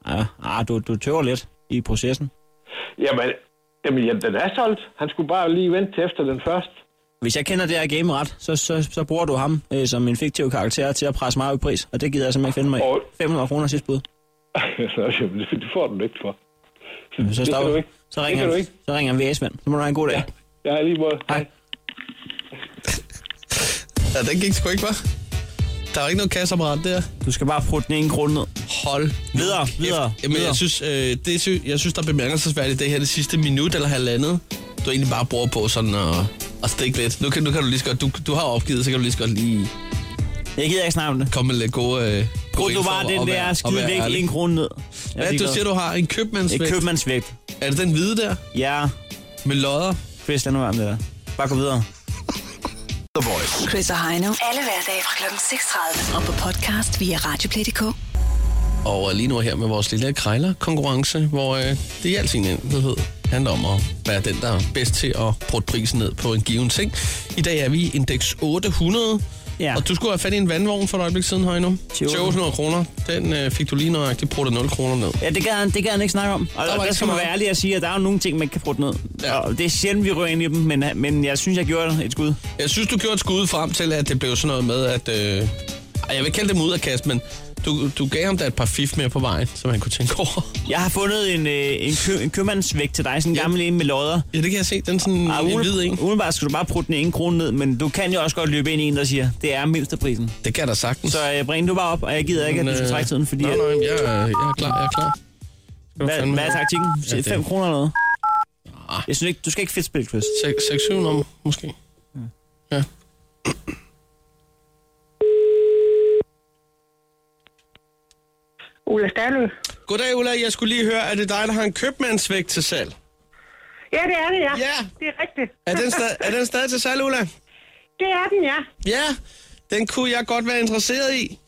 [SPEAKER 4] Ja, ah, du, du tøver lidt i processen.
[SPEAKER 8] Jamen, jamen, jamen, den er solgt. Han skulle bare lige vente til efter den først.
[SPEAKER 4] Hvis jeg kender det her game ret, så, så, så bruger du ham øh, som en fiktiv karakter til at presse mig op i pris, og det gider jeg simpelthen ikke finde mig i.
[SPEAKER 8] Og-
[SPEAKER 4] 500 kroner sidste bud.
[SPEAKER 8] Nå, jamen, det, det får den ikke for. det
[SPEAKER 4] Så
[SPEAKER 8] kan
[SPEAKER 4] stopper
[SPEAKER 8] du
[SPEAKER 4] du.
[SPEAKER 8] ikke.
[SPEAKER 4] Så
[SPEAKER 8] Det kan
[SPEAKER 4] ringer,
[SPEAKER 8] du
[SPEAKER 4] jeg,
[SPEAKER 8] ikke.
[SPEAKER 4] så ringer jeg VS, Svend. Så må du have en god dag. Ja.
[SPEAKER 8] Jeg har lige måde.
[SPEAKER 4] Hej.
[SPEAKER 3] Ja, den gik sgu ikke, hva'? Der er ikke noget kasseapparat der.
[SPEAKER 4] Du skal bare prutte den ene krone ned.
[SPEAKER 3] Hold.
[SPEAKER 4] Videre, videre,
[SPEAKER 3] Jamen,
[SPEAKER 4] videre.
[SPEAKER 3] jeg synes, øh, det, sy- jeg synes, der er bemærkelsesværdigt det her det sidste minut eller halvandet. Du egentlig bare bruger på sådan at, at stikke lidt. Nu kan, nu kan du lige så godt, du, du har opgivet, så kan du lige så godt lige
[SPEAKER 4] Jeg gider ikke snakke om det.
[SPEAKER 3] komme med lidt gode... Øh,
[SPEAKER 4] Prøv
[SPEAKER 3] gode
[SPEAKER 4] du bare
[SPEAKER 3] infoer
[SPEAKER 4] den
[SPEAKER 3] og være-
[SPEAKER 4] der
[SPEAKER 3] og
[SPEAKER 4] skide
[SPEAKER 3] være
[SPEAKER 4] vægt
[SPEAKER 3] ærlig.
[SPEAKER 4] en krone ned.
[SPEAKER 3] Hvad er det, du siger, du har? En købmandsvægt?
[SPEAKER 4] Et købmandsvægt.
[SPEAKER 3] Er det den hvide der?
[SPEAKER 4] Ja,
[SPEAKER 3] Med lodder?
[SPEAKER 4] Chris, lad nu være med det der. Bare gå videre.
[SPEAKER 5] The Voice.
[SPEAKER 2] Chris og Heino. Alle hverdage fra kl. 6.30. Og på podcast via Radioplay.dk.
[SPEAKER 3] Og øh, lige nu er her med vores lille krejler-konkurrence, hvor øh, det i al sin enkelhed handler om at være den, der er bedst til at prøve prisen ned på en given ting. I dag er vi i indeks 800,
[SPEAKER 4] Ja.
[SPEAKER 3] Og du skulle have fat i en vandvogn for et øjeblik siden, Højno.
[SPEAKER 4] Til
[SPEAKER 3] 800 kroner. Den øh, fik du lige nøjagtigt pruttet 0 kroner ned.
[SPEAKER 4] Ja, det gad, han, det gad han ikke snakke om. Og
[SPEAKER 3] Der
[SPEAKER 4] der,
[SPEAKER 3] var
[SPEAKER 4] der
[SPEAKER 3] ikke så
[SPEAKER 4] skal man
[SPEAKER 3] meget.
[SPEAKER 4] være ærlig og sige, at der er jo nogle ting, man ikke kan prutte ned.
[SPEAKER 3] Ja.
[SPEAKER 4] Ja. Og det er sjældent, vi rører ind i dem, men, men jeg synes, jeg gjorde et skud.
[SPEAKER 3] Jeg synes, du gjorde et skud frem til, at det blev sådan noget med, at... Øh, ej, jeg vil ikke kalde det mudderkast, men du, du gav ham da et par fif mere på vejen, som han kunne tænke over.
[SPEAKER 4] Jeg har fundet en, øh, en, kø, en købmandsvægt til dig, sådan en
[SPEAKER 3] Ja.
[SPEAKER 4] gammel en med lodder.
[SPEAKER 3] Ja, det kan jeg se. Den er sådan
[SPEAKER 4] Og
[SPEAKER 3] en
[SPEAKER 4] umiddelbart-
[SPEAKER 3] hvid en.
[SPEAKER 4] Umiddelbart skal du bare prutte den ene krone ned, men du kan jo også godt løbe ind i en, der siger, det er mindsteprisen.
[SPEAKER 3] Det kan der sagtens.
[SPEAKER 4] Så øh, bring du bare op, og jeg gider ikke, at du skal trække tiden, fordi...
[SPEAKER 3] øh, Nej,
[SPEAKER 4] at-
[SPEAKER 3] nej, jeg, er- jeg er klar, jeg er klar. Skal du
[SPEAKER 4] Hvad,
[SPEAKER 3] fandme-
[SPEAKER 4] hvad er taktikken?
[SPEAKER 3] Ja, det-
[SPEAKER 4] 5 kroner eller noget? Jeg synes ikke, du skal ikke fedt spille, Chris.
[SPEAKER 3] Sek- 6-7 nummer, måske. Ja.
[SPEAKER 10] Ola Stalø.
[SPEAKER 3] Goddag, Ulla. Jeg skulle lige høre, er det dig, der har en købmandsvægt til salg?
[SPEAKER 10] Ja, det er det, ja.
[SPEAKER 3] Ja.
[SPEAKER 10] Det er rigtigt.
[SPEAKER 3] Er den, stad- er den stadig til salg, Ulla?
[SPEAKER 10] Det er den, ja.
[SPEAKER 3] Ja, den kunne jeg godt være interesseret i.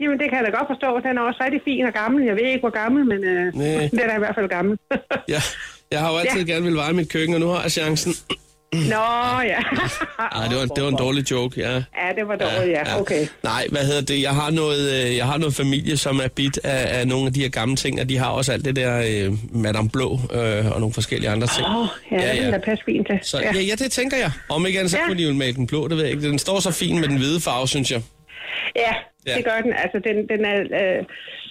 [SPEAKER 10] Jamen, det kan jeg da godt forstå. Den er også rigtig fin og gammel. Jeg ved ikke, hvor gammel, men øh,
[SPEAKER 3] Næ.
[SPEAKER 10] den er i hvert fald gammel.
[SPEAKER 3] Ja, jeg har jo altid ja. gerne vil veje mit køkken, og nu har jeg chancen.
[SPEAKER 10] Nå, ja.
[SPEAKER 3] Nej, det var, det var en dårlig joke, ja.
[SPEAKER 10] ja, det var dårligt, ja. Okay.
[SPEAKER 3] Nej, hvad hedder det? Jeg har noget, øh, jeg har noget familie, som er bit af, af nogle af de her gamle ting, og de har også alt det der øh, Madame Blå øh, og nogle forskellige andre ting.
[SPEAKER 10] Åh, ja,
[SPEAKER 3] Ja,
[SPEAKER 10] ja,
[SPEAKER 3] ja.
[SPEAKER 10] den er passe fint til.
[SPEAKER 3] Så ja. Ja, ja, det tænker jeg. Om ikke andet, så
[SPEAKER 10] Ja.
[SPEAKER 3] kunne de jo male den blå, det ved jeg ikke. Den står så fint med den hvide farve, synes jeg.
[SPEAKER 10] Ja,
[SPEAKER 3] Ja.
[SPEAKER 10] det gør den. Altså, den, den er... Øh,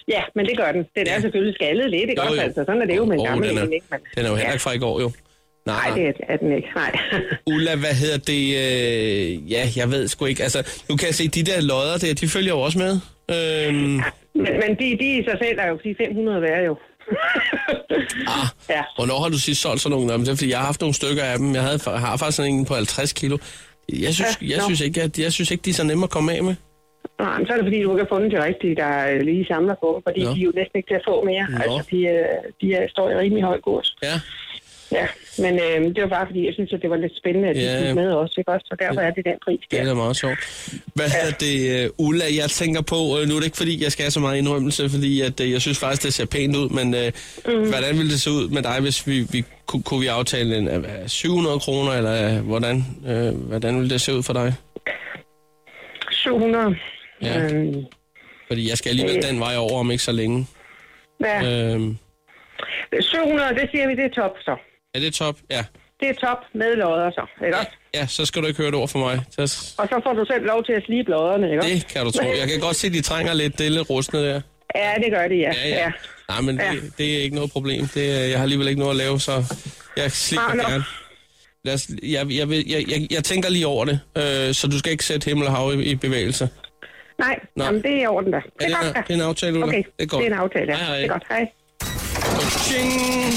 [SPEAKER 10] ja, men det gør den. Den er
[SPEAKER 3] Ja.
[SPEAKER 10] selvfølgelig skaldet lidt, ikke
[SPEAKER 3] Jo,
[SPEAKER 10] også?
[SPEAKER 3] jo.
[SPEAKER 10] Altså, sådan er det jo med en
[SPEAKER 3] Åh,
[SPEAKER 10] gammel
[SPEAKER 3] den er,
[SPEAKER 10] en, ikke? Men,
[SPEAKER 3] den er jo heller
[SPEAKER 10] ja.
[SPEAKER 3] ikke fra i går, jo.
[SPEAKER 10] Nej, det er- er den ikke. Nej.
[SPEAKER 3] Ulla, hvad hedder det? Øh, ja, jeg ved sgu ikke. Altså, nu kan jeg se, de der lodder der, de følger jo også med. Øhm,
[SPEAKER 10] men, men de, de i sig selv er jo de 500 værd, jo.
[SPEAKER 3] ah,
[SPEAKER 10] ja.
[SPEAKER 3] hvornår har du sidst solgt sådan nogle af dem? Det er, fordi jeg har haft nogle stykker af dem. Jeg havde, har faktisk sådan en på 50 kilo. Jeg synes,
[SPEAKER 10] Ja,
[SPEAKER 3] jeg,
[SPEAKER 10] nå.
[SPEAKER 3] synes ikke, at, jeg synes ikke, de er så nemme at komme af med.
[SPEAKER 10] Nå, men så er det fordi, du ikke har fundet de rigtige, der øh, lige samler på dem, fordi
[SPEAKER 3] Nå.
[SPEAKER 10] Nå. de er jo næsten ikke til at få mere.
[SPEAKER 3] Nå.
[SPEAKER 10] Nå. Altså, de, øh, de er, står i rimelig høj kurs.
[SPEAKER 3] Ja.
[SPEAKER 10] Ja, men øh, det var bare fordi, jeg synes, at det var lidt spændende, at de
[SPEAKER 3] Ja.
[SPEAKER 10] yeah. med også, ikke også? Så derfor er det den pris
[SPEAKER 3] Det er
[SPEAKER 10] der.
[SPEAKER 3] da meget sjovt. Hvad hedder det, øh, Ulla, jeg tænker på, øh, nu er det ikke fordi, jeg skal have så meget indrømmelse, fordi at, øh, jeg synes faktisk, det ser pænt ud, men øh,
[SPEAKER 10] Mm.
[SPEAKER 3] hvordan ville det se ud med dig, hvis vi, vi kunne, kunne vi aftale en, øh, 700 kroner, eller øh, hvordan, øh, hvordan ville det se ud for dig?
[SPEAKER 10] 700.
[SPEAKER 3] Ja.
[SPEAKER 10] Ja. Øhm,
[SPEAKER 3] Fordi jeg skal alligevel den vej over om ikke så længe.
[SPEAKER 10] Øh. ja.
[SPEAKER 3] Øh,
[SPEAKER 10] 700, det siger vi, det er top så.
[SPEAKER 3] er det top? Ja.
[SPEAKER 10] Det er top med lodder så, ikke også?
[SPEAKER 3] Ja, så skal du ikke høre et ord fra mig. Så,
[SPEAKER 10] Og så får du selv lov til at slibe lodderne, ikke også?
[SPEAKER 3] det kan du tro. Jeg kan godt se, at de trænger lidt. Det er lidt rustne der.
[SPEAKER 10] Ja, det gør det, ja.
[SPEAKER 3] Ja, ja. Nej, men
[SPEAKER 10] Ja.
[SPEAKER 3] det, det er ikke noget problem. Det, øh, jeg har alligevel ikke noget at lave, så jeg slipper
[SPEAKER 10] Ah, nå.
[SPEAKER 3] gerne. Lad os, jeg, jeg, vil- jeg, jeg, jeg tænker lige over det, øh, så du skal ikke sætte himmel og hav i, i bevægelse. Det
[SPEAKER 10] Nej,
[SPEAKER 3] Nå.
[SPEAKER 10] Jamen, det er i orden da. Det
[SPEAKER 3] er, det,
[SPEAKER 10] er, godt
[SPEAKER 3] en,
[SPEAKER 10] da.
[SPEAKER 3] det er en aftale, Ulla?
[SPEAKER 10] Okay,
[SPEAKER 3] det er godt.
[SPEAKER 10] det er en aftale, ja.
[SPEAKER 3] Hej, hej.
[SPEAKER 10] Det er godt, hej.
[SPEAKER 3] Tjing!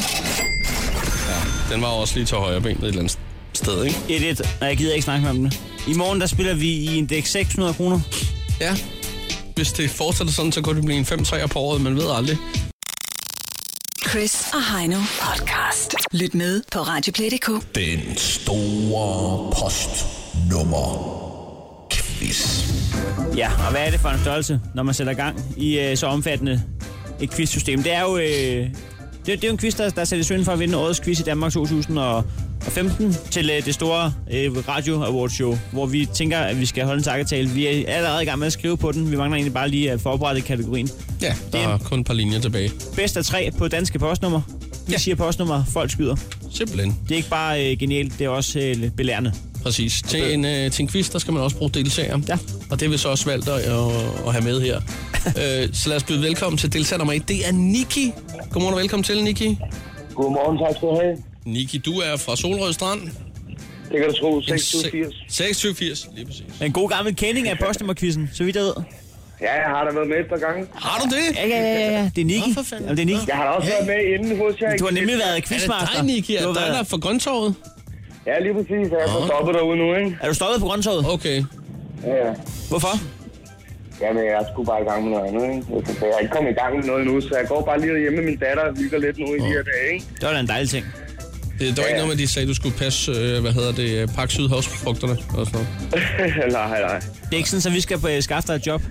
[SPEAKER 3] Ja, den var også lige til højre benet et eller andet sted, ikke?
[SPEAKER 4] Et, et, og jeg gider ikke snakke med om det. I morgen, der spiller vi i en dæk 600 kroner.
[SPEAKER 3] Ja. Hvis det fortsætter sådan, så kunne det blive en 5-3'er på året, man ved aldrig.
[SPEAKER 2] Chris og Heino podcast. Lyt med på Radioplay.dk.
[SPEAKER 11] Den store post nummer quiz.
[SPEAKER 4] Ja, og hvad er det for en størrelse, når man sætter gang i øh, så omfattende et quizsystem? Det er jo, øh, det, det er jo en quiz, der, der sættes ind for at vinde årets quiz i Danmark 2015 til øh, det store øh, Radio Awards show, hvor vi tænker, at vi skal holde en takketale. Vi er allerede i gang med at skrive på den. Vi mangler egentlig bare lige at forberede kategorien.
[SPEAKER 3] Ja, der
[SPEAKER 4] Det er-
[SPEAKER 3] er kun et par linjer tilbage.
[SPEAKER 4] Bedst af tre på danske postnummer. Vi
[SPEAKER 3] Ja.
[SPEAKER 4] ja. siger postnummer, folk skyder.
[SPEAKER 3] Simpelthen.
[SPEAKER 4] Det er ikke bare øh, genialt, det er også øh, lidt belærende.
[SPEAKER 3] Præcis. Til en, øh, til en quiz, der skal man også bruge deltagere.
[SPEAKER 4] Ja.
[SPEAKER 3] Og det vil så også valgt at, at, at have med her. øh, så lad os byde velkommen til deltager nummer 1. Det er Niki. Godmorgen og velkommen til, Niki.
[SPEAKER 8] Godmorgen, tak skal du have.
[SPEAKER 3] Niki, du er fra Solrød Strand.
[SPEAKER 8] Det kan du tro,
[SPEAKER 3] 2680, lige præcis.
[SPEAKER 4] En god gammel kending af postnummerquizzen, så vidt jeg ved.
[SPEAKER 8] Ja, jeg har da været med et par gange.
[SPEAKER 3] Har du det?
[SPEAKER 4] Ja, ja, ja, ja. Det er Niki.
[SPEAKER 3] Nå, for fanden.
[SPEAKER 4] Jamen, det er Niki.
[SPEAKER 8] Jeg har da også været med inden hos jer.
[SPEAKER 4] Du har nemlig været
[SPEAKER 3] Er det
[SPEAKER 4] quizmaster.
[SPEAKER 3] dig, Niki? Er
[SPEAKER 4] Du har
[SPEAKER 3] det dig, der er
[SPEAKER 4] været...
[SPEAKER 3] fra Grøntorvet?
[SPEAKER 8] Ja, lige præcis. Jeg er stoppet derude nu, ikke?
[SPEAKER 4] er du stoppet på grøntøjet?
[SPEAKER 3] Okay.
[SPEAKER 8] Ja, ja.
[SPEAKER 4] Hvorfor?
[SPEAKER 8] Jamen, jeg skulle bare i gang med noget andet, ikke? Så jeg er ikke kommet i gang med noget endnu, så jeg går bare lige hjemme med min datter og hygger lidt nu i de her dage, ikke?
[SPEAKER 4] Det var da en dejlig ting.
[SPEAKER 3] Det, det var ikke noget med, at de sagde, at du skulle passe, øh, hvad hedder det, øh, pakke sydhavsfrugterne og sådan noget.
[SPEAKER 8] nej, nej.
[SPEAKER 4] Det er ikke sådan, at vi skal øh, skaffe dig et job.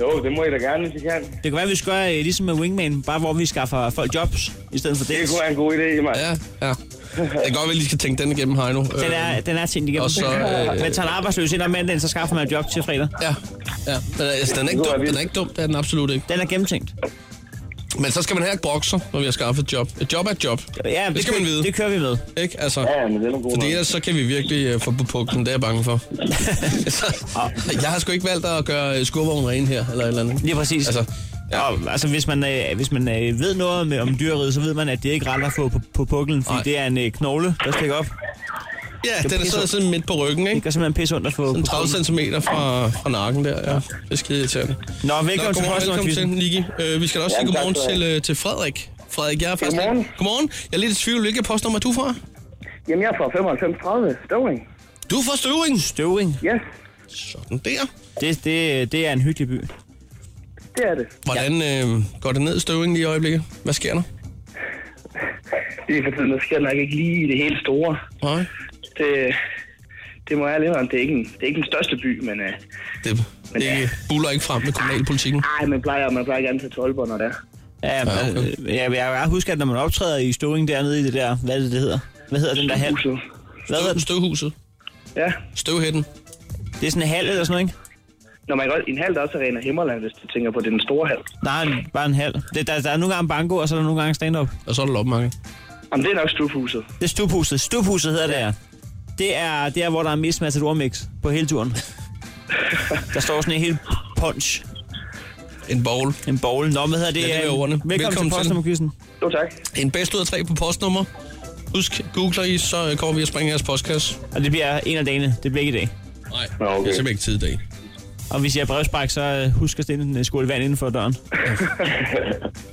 [SPEAKER 8] Jo, det må I da gerne, hvis I kan.
[SPEAKER 4] Det kan være, at vi skal gøre øh, ligesom med Wingman, bare hvor vi skaffer folk jobs i stedet for
[SPEAKER 8] Det
[SPEAKER 4] dates.
[SPEAKER 8] kunne være en god idé, mand.
[SPEAKER 3] Ja, ja. Det kan godt, at vi lige skal tænke den igennem, Øh, Heino.
[SPEAKER 4] Den er, den er tændt igennem.
[SPEAKER 3] Og så, øh,
[SPEAKER 4] Men tager en arbejdsløs ind om mandagen, så skaffer man et job til fredag.
[SPEAKER 3] Ja, ja. Men, altså, den er ikke
[SPEAKER 8] Nu er
[SPEAKER 3] dum,
[SPEAKER 8] vi-
[SPEAKER 3] den er ikke dum, det er den absolut ikke.
[SPEAKER 4] Den er gennemtænkt.
[SPEAKER 3] Men så skal man have et brokser, når vi har skaffet et job. Et job er et job.
[SPEAKER 4] Ja,
[SPEAKER 3] det skal man vide,
[SPEAKER 4] Det kører vi med.
[SPEAKER 3] ikke? Altså,
[SPEAKER 8] Ja, men det er nogle gode
[SPEAKER 3] fordi
[SPEAKER 8] nok.
[SPEAKER 3] ellers så kan vi virkelig øh, få på puklen, det er jeg bange for. så, jeg har sgu ikke valgt at gøre øh, skurvognen ren her, eller et eller andet.
[SPEAKER 4] Lige præcis.
[SPEAKER 3] Altså, ja.
[SPEAKER 4] Og, altså, hvis man, øh, hvis man øh, ved noget med, om dyreriet, så ved man, at det ikke er ret at få på, på puklen, fordi
[SPEAKER 3] Nej.
[SPEAKER 4] Ej. det er en øh, knogle, der stikker op.
[SPEAKER 3] ja, den
[SPEAKER 4] pisser-
[SPEAKER 3] sidder sådan midt på ryggen,
[SPEAKER 4] Det
[SPEAKER 3] ikke?
[SPEAKER 4] gør simpelthen pisse ondt at få
[SPEAKER 3] Sådan
[SPEAKER 4] på
[SPEAKER 3] 30
[SPEAKER 4] puklen.
[SPEAKER 3] cm fra, fra nakken der, ja. Det er skide irriterende.
[SPEAKER 4] Nå, velkommen til
[SPEAKER 3] godmorgen, velkommen til,
[SPEAKER 4] Postnordkvisten.
[SPEAKER 3] Niki. Øh, vi skal da også sige
[SPEAKER 8] Jamen, tak
[SPEAKER 3] godmorgen
[SPEAKER 8] skal
[SPEAKER 3] til,
[SPEAKER 8] du
[SPEAKER 3] øh, til Frederik. Frederik, jeg er faktisk...
[SPEAKER 12] Godmorgen.
[SPEAKER 3] Godmorgen. Jeg er lidt i tvivl. Hvilket postnummer er du fra?
[SPEAKER 12] Jamen, jeg er fra 9530 Stowing.
[SPEAKER 3] Du er fra Støvring.
[SPEAKER 4] Støvring.
[SPEAKER 12] Ja,
[SPEAKER 3] Sådan der.
[SPEAKER 4] Det, det, det er en hyggelig by.
[SPEAKER 12] det er det.
[SPEAKER 3] Hvordan øh, går det ned i Støvring lige i øjeblikket? Hvad sker der?
[SPEAKER 12] Det er for tiden, der sker nok ikke lige det helt store.
[SPEAKER 3] Nej.
[SPEAKER 12] Det, det må jeg leve om. Det er ikke, en, det er ikke den største by, men... Øh,
[SPEAKER 3] Det,
[SPEAKER 12] Men ja.
[SPEAKER 3] det buller ikke frem med kommunalpolitikken.
[SPEAKER 12] ej, man plejer, man plejer gerne til tolver, når det er.
[SPEAKER 4] Ja,
[SPEAKER 3] Ja,
[SPEAKER 4] men,
[SPEAKER 3] okay.
[SPEAKER 4] øh, jeg, jeg, jeg husker, at når man optræder i Støvring dernede i det der, hvad er det, det hedder? Hvad hedder den der hal?
[SPEAKER 12] Huset.
[SPEAKER 4] Hvad hedder den?
[SPEAKER 3] Støvhuset.
[SPEAKER 12] Ja,
[SPEAKER 3] Støvhætten.
[SPEAKER 4] Det er sådan en hal eller sådan noget, ikke?
[SPEAKER 12] når man godt, en halv der også arena Himmerland, hvis du tænker på, det er den store halv.
[SPEAKER 4] Nej, en- bare en hal. Det, der, der er nogle gange banko, og så er der nogle gange stand-up.
[SPEAKER 3] Og så er der loppemarked.
[SPEAKER 12] Jamen, det er nok stufhuset.
[SPEAKER 4] Det er stubhuset. Stubhuset hedder det her. Det er der, hvor der er mest matadormix på hele turen. der står sådan en hel punch,
[SPEAKER 3] En bowl.
[SPEAKER 4] en bowl. Nå, hvad hedder det?
[SPEAKER 3] Lad det være
[SPEAKER 4] Øhm,
[SPEAKER 3] ordene.
[SPEAKER 4] Velkommen,
[SPEAKER 3] Velkommen
[SPEAKER 4] velkommen
[SPEAKER 3] til.
[SPEAKER 4] til Postnummerkysten.
[SPEAKER 12] Jo, tak.
[SPEAKER 3] En bedst ud af tre på postnummer. Husk, googler I, så øh, kommer vi og springer jeres postkasse.
[SPEAKER 4] Og det bliver en af dagene. Det bliver ikke i dag.
[SPEAKER 3] Nej,
[SPEAKER 12] Nå, okay.
[SPEAKER 3] det er simpelthen ikke tid i dag.
[SPEAKER 4] Og hvis jeg har brevspark, så øh, husk at stille en øh, skål vand inden for døren.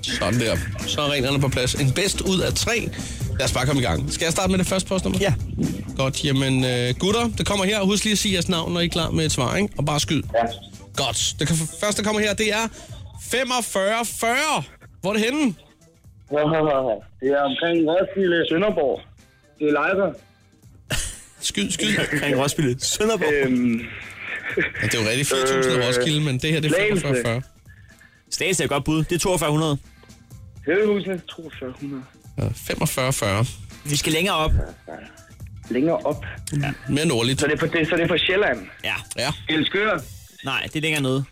[SPEAKER 3] Sådan der. Så er reglerne på plads. En bedst ud af tre. Lad os bare komme i gang. Skal jeg starte med det første postnummer?
[SPEAKER 4] Ja.
[SPEAKER 3] Godt, jamen øh, gutter, det kommer her. Husk lige at sige jeres navn, når I er klar med et svar, ikke? Og bare skyd. Ja. Godt. Det kan, første, der kommer her, det er 4540. Hvor er det henne?
[SPEAKER 12] det er omkring Roskilde. Sønderborg. Det er lejre.
[SPEAKER 3] Skyd, skyd.
[SPEAKER 4] Kring Roskilde. Sønderborg.
[SPEAKER 3] Øh.
[SPEAKER 12] Øhm,
[SPEAKER 3] Ja, det er jo rigtig 4.000 øh,
[SPEAKER 12] Øh,
[SPEAKER 3] Roskilde, men det her det er
[SPEAKER 12] Slagelse.
[SPEAKER 3] 4540.
[SPEAKER 4] Stags er et godt bud. Det er 4200.
[SPEAKER 12] Hedehusene. 4200.
[SPEAKER 3] Ja, 4540.
[SPEAKER 4] Vi skal længere op.
[SPEAKER 12] Længere op.
[SPEAKER 3] Mere nordligt.
[SPEAKER 12] Så det er på, det, så det er på Sjælland.
[SPEAKER 4] Ja.
[SPEAKER 3] Ja.
[SPEAKER 12] Elskør.
[SPEAKER 4] Nej, det er længere nede.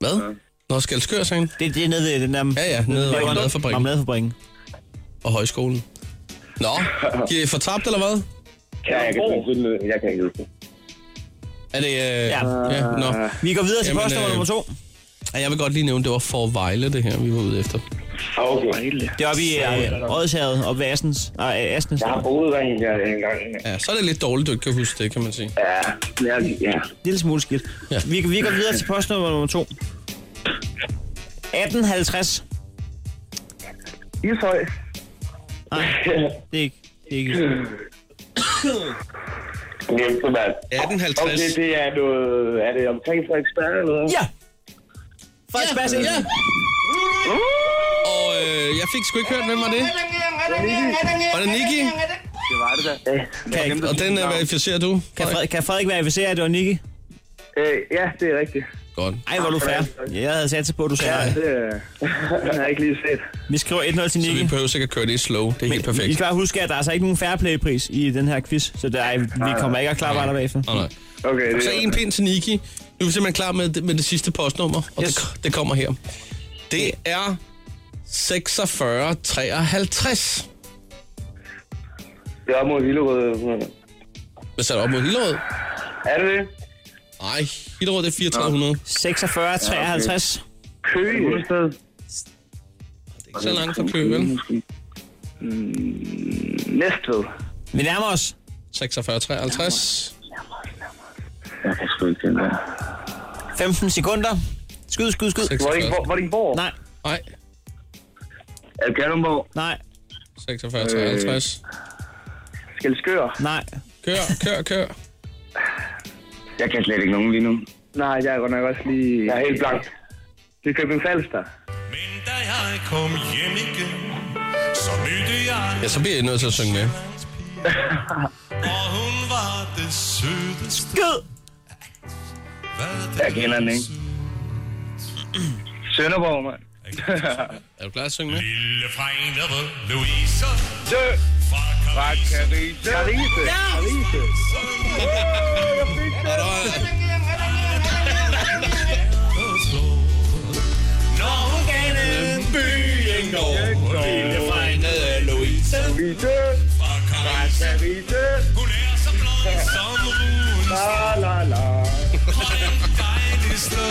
[SPEAKER 3] Hvad? Nå, Skalskør, sagde han.
[SPEAKER 4] Det, det er nede ved den der...
[SPEAKER 3] Ja, ja, nede ved marmeladefabrikken.
[SPEAKER 4] Marmeladefabrikken.
[SPEAKER 3] Og højskolen. Nå, de er fortabt, eller hvad?
[SPEAKER 8] Ja, jeg kan, ikke- jeg kan ikke huske det.
[SPEAKER 3] Er det... Øh...
[SPEAKER 4] Ja.
[SPEAKER 3] ja. Nå.
[SPEAKER 4] Vi går videre til
[SPEAKER 3] Jamen, øh,
[SPEAKER 4] postnummer nummer to.
[SPEAKER 3] Ej, Jeg vil godt lige nævne, det var Forvejle, det her, vi var ude efter.
[SPEAKER 8] Ah, okay.
[SPEAKER 4] Det er oppe i øh, Odshavet, oppe ved Asens. Nej, Asnes.
[SPEAKER 8] Jeg har boet der en gang. En gang.
[SPEAKER 3] Ja, så er det lidt dårligt, du ikke kan huske det, kan man sige.
[SPEAKER 8] Ja, ja, ja.
[SPEAKER 4] lille smule skidt.
[SPEAKER 3] Ja.
[SPEAKER 4] Ja. Vi, vi går videre til postnummer nummer to. 1850.
[SPEAKER 12] Ishøj.
[SPEAKER 4] Nej, det er ikke. Det er ikke.
[SPEAKER 8] Næste mand.
[SPEAKER 3] 1850.
[SPEAKER 8] Okay, det er noget... Er det omkring Frederiksberg eller hvad?
[SPEAKER 4] Ja! Frederik Basse. Ja.
[SPEAKER 3] Og øh, jeg fik sgu ikke hørt, hvem var det? Var det Niki?
[SPEAKER 12] Det var det da.
[SPEAKER 4] Kan,
[SPEAKER 3] Og den øh, verificerer du?
[SPEAKER 4] kan, Frederik, kan Frederik verificere, at det var Nicky?
[SPEAKER 12] Øh, ja, det er rigtigt.
[SPEAKER 3] Godt.
[SPEAKER 4] Ej, hvor er du fair. Jeg havde sat på, at du sagde
[SPEAKER 3] Ja.
[SPEAKER 4] ja.
[SPEAKER 12] Det, øh, den har jeg ikke lige set.
[SPEAKER 4] Vi skriver 1-0 til
[SPEAKER 3] Så vi
[SPEAKER 4] Nicky.
[SPEAKER 3] behøver sikkert at køre det i slow. Det er helt perfekt.
[SPEAKER 4] I skal bare huske, at der er altså ikke nogen fair play pris i den her quiz, så der er, vi kommer ikke at klare bare bagefter.
[SPEAKER 3] Nå, nej.
[SPEAKER 12] Okay, det
[SPEAKER 3] Så en pind til Niki. Nu er vi simpelthen klar med det, med det sidste postnummer, og yes.
[SPEAKER 4] Yes.
[SPEAKER 3] det, det kommer her. Det er 4653.
[SPEAKER 8] Det er op mod Hillerød.
[SPEAKER 3] Hvad sætter op mod Hillerød?
[SPEAKER 8] Er det det?
[SPEAKER 3] Nej, Hillerød det er 3400.
[SPEAKER 4] 46, 53.
[SPEAKER 12] Køge.
[SPEAKER 3] Det er ikke så langt fra Køge, vel?
[SPEAKER 12] Næstved.
[SPEAKER 4] Vi nærmer os.
[SPEAKER 3] 4653.
[SPEAKER 4] 15 sekunder. Skyd, skyd, skyd.
[SPEAKER 12] Vordingborg. Vordingborg.
[SPEAKER 4] Nej,
[SPEAKER 3] Nej,
[SPEAKER 12] Kalundborg.
[SPEAKER 4] nej,
[SPEAKER 3] 4653.
[SPEAKER 12] Skelskør.
[SPEAKER 4] nej.
[SPEAKER 3] Kør, kør, kør.
[SPEAKER 8] Jeg kan slet ikke nogen lige nu.
[SPEAKER 12] Nej, jeg er godt nok også lige...
[SPEAKER 8] Jeg er helt blank.
[SPEAKER 12] Det købte en falster.
[SPEAKER 11] Men da jeg kom hjem igen, så mødte jeg
[SPEAKER 3] Ja, så bliver jeg nødt til at synge med.
[SPEAKER 11] og hun var det sødeste.
[SPEAKER 4] Skyd!
[SPEAKER 11] Hvad
[SPEAKER 8] Jeg kender den ikke.
[SPEAKER 12] Sønderborg, mand.
[SPEAKER 3] Er du klar til at synge med?
[SPEAKER 11] Lille Fregnere Louise
[SPEAKER 12] Sø!
[SPEAKER 11] fra
[SPEAKER 12] Fra Carise. Carise.
[SPEAKER 1] Ja.
[SPEAKER 12] Carise. Jeg fik det.
[SPEAKER 11] Norgane byen går Lille fregnede Louise
[SPEAKER 12] Louise
[SPEAKER 11] Fra
[SPEAKER 12] Carise.
[SPEAKER 11] Hun er så blond som runen
[SPEAKER 12] La la la.
[SPEAKER 11] Og en dejlig sted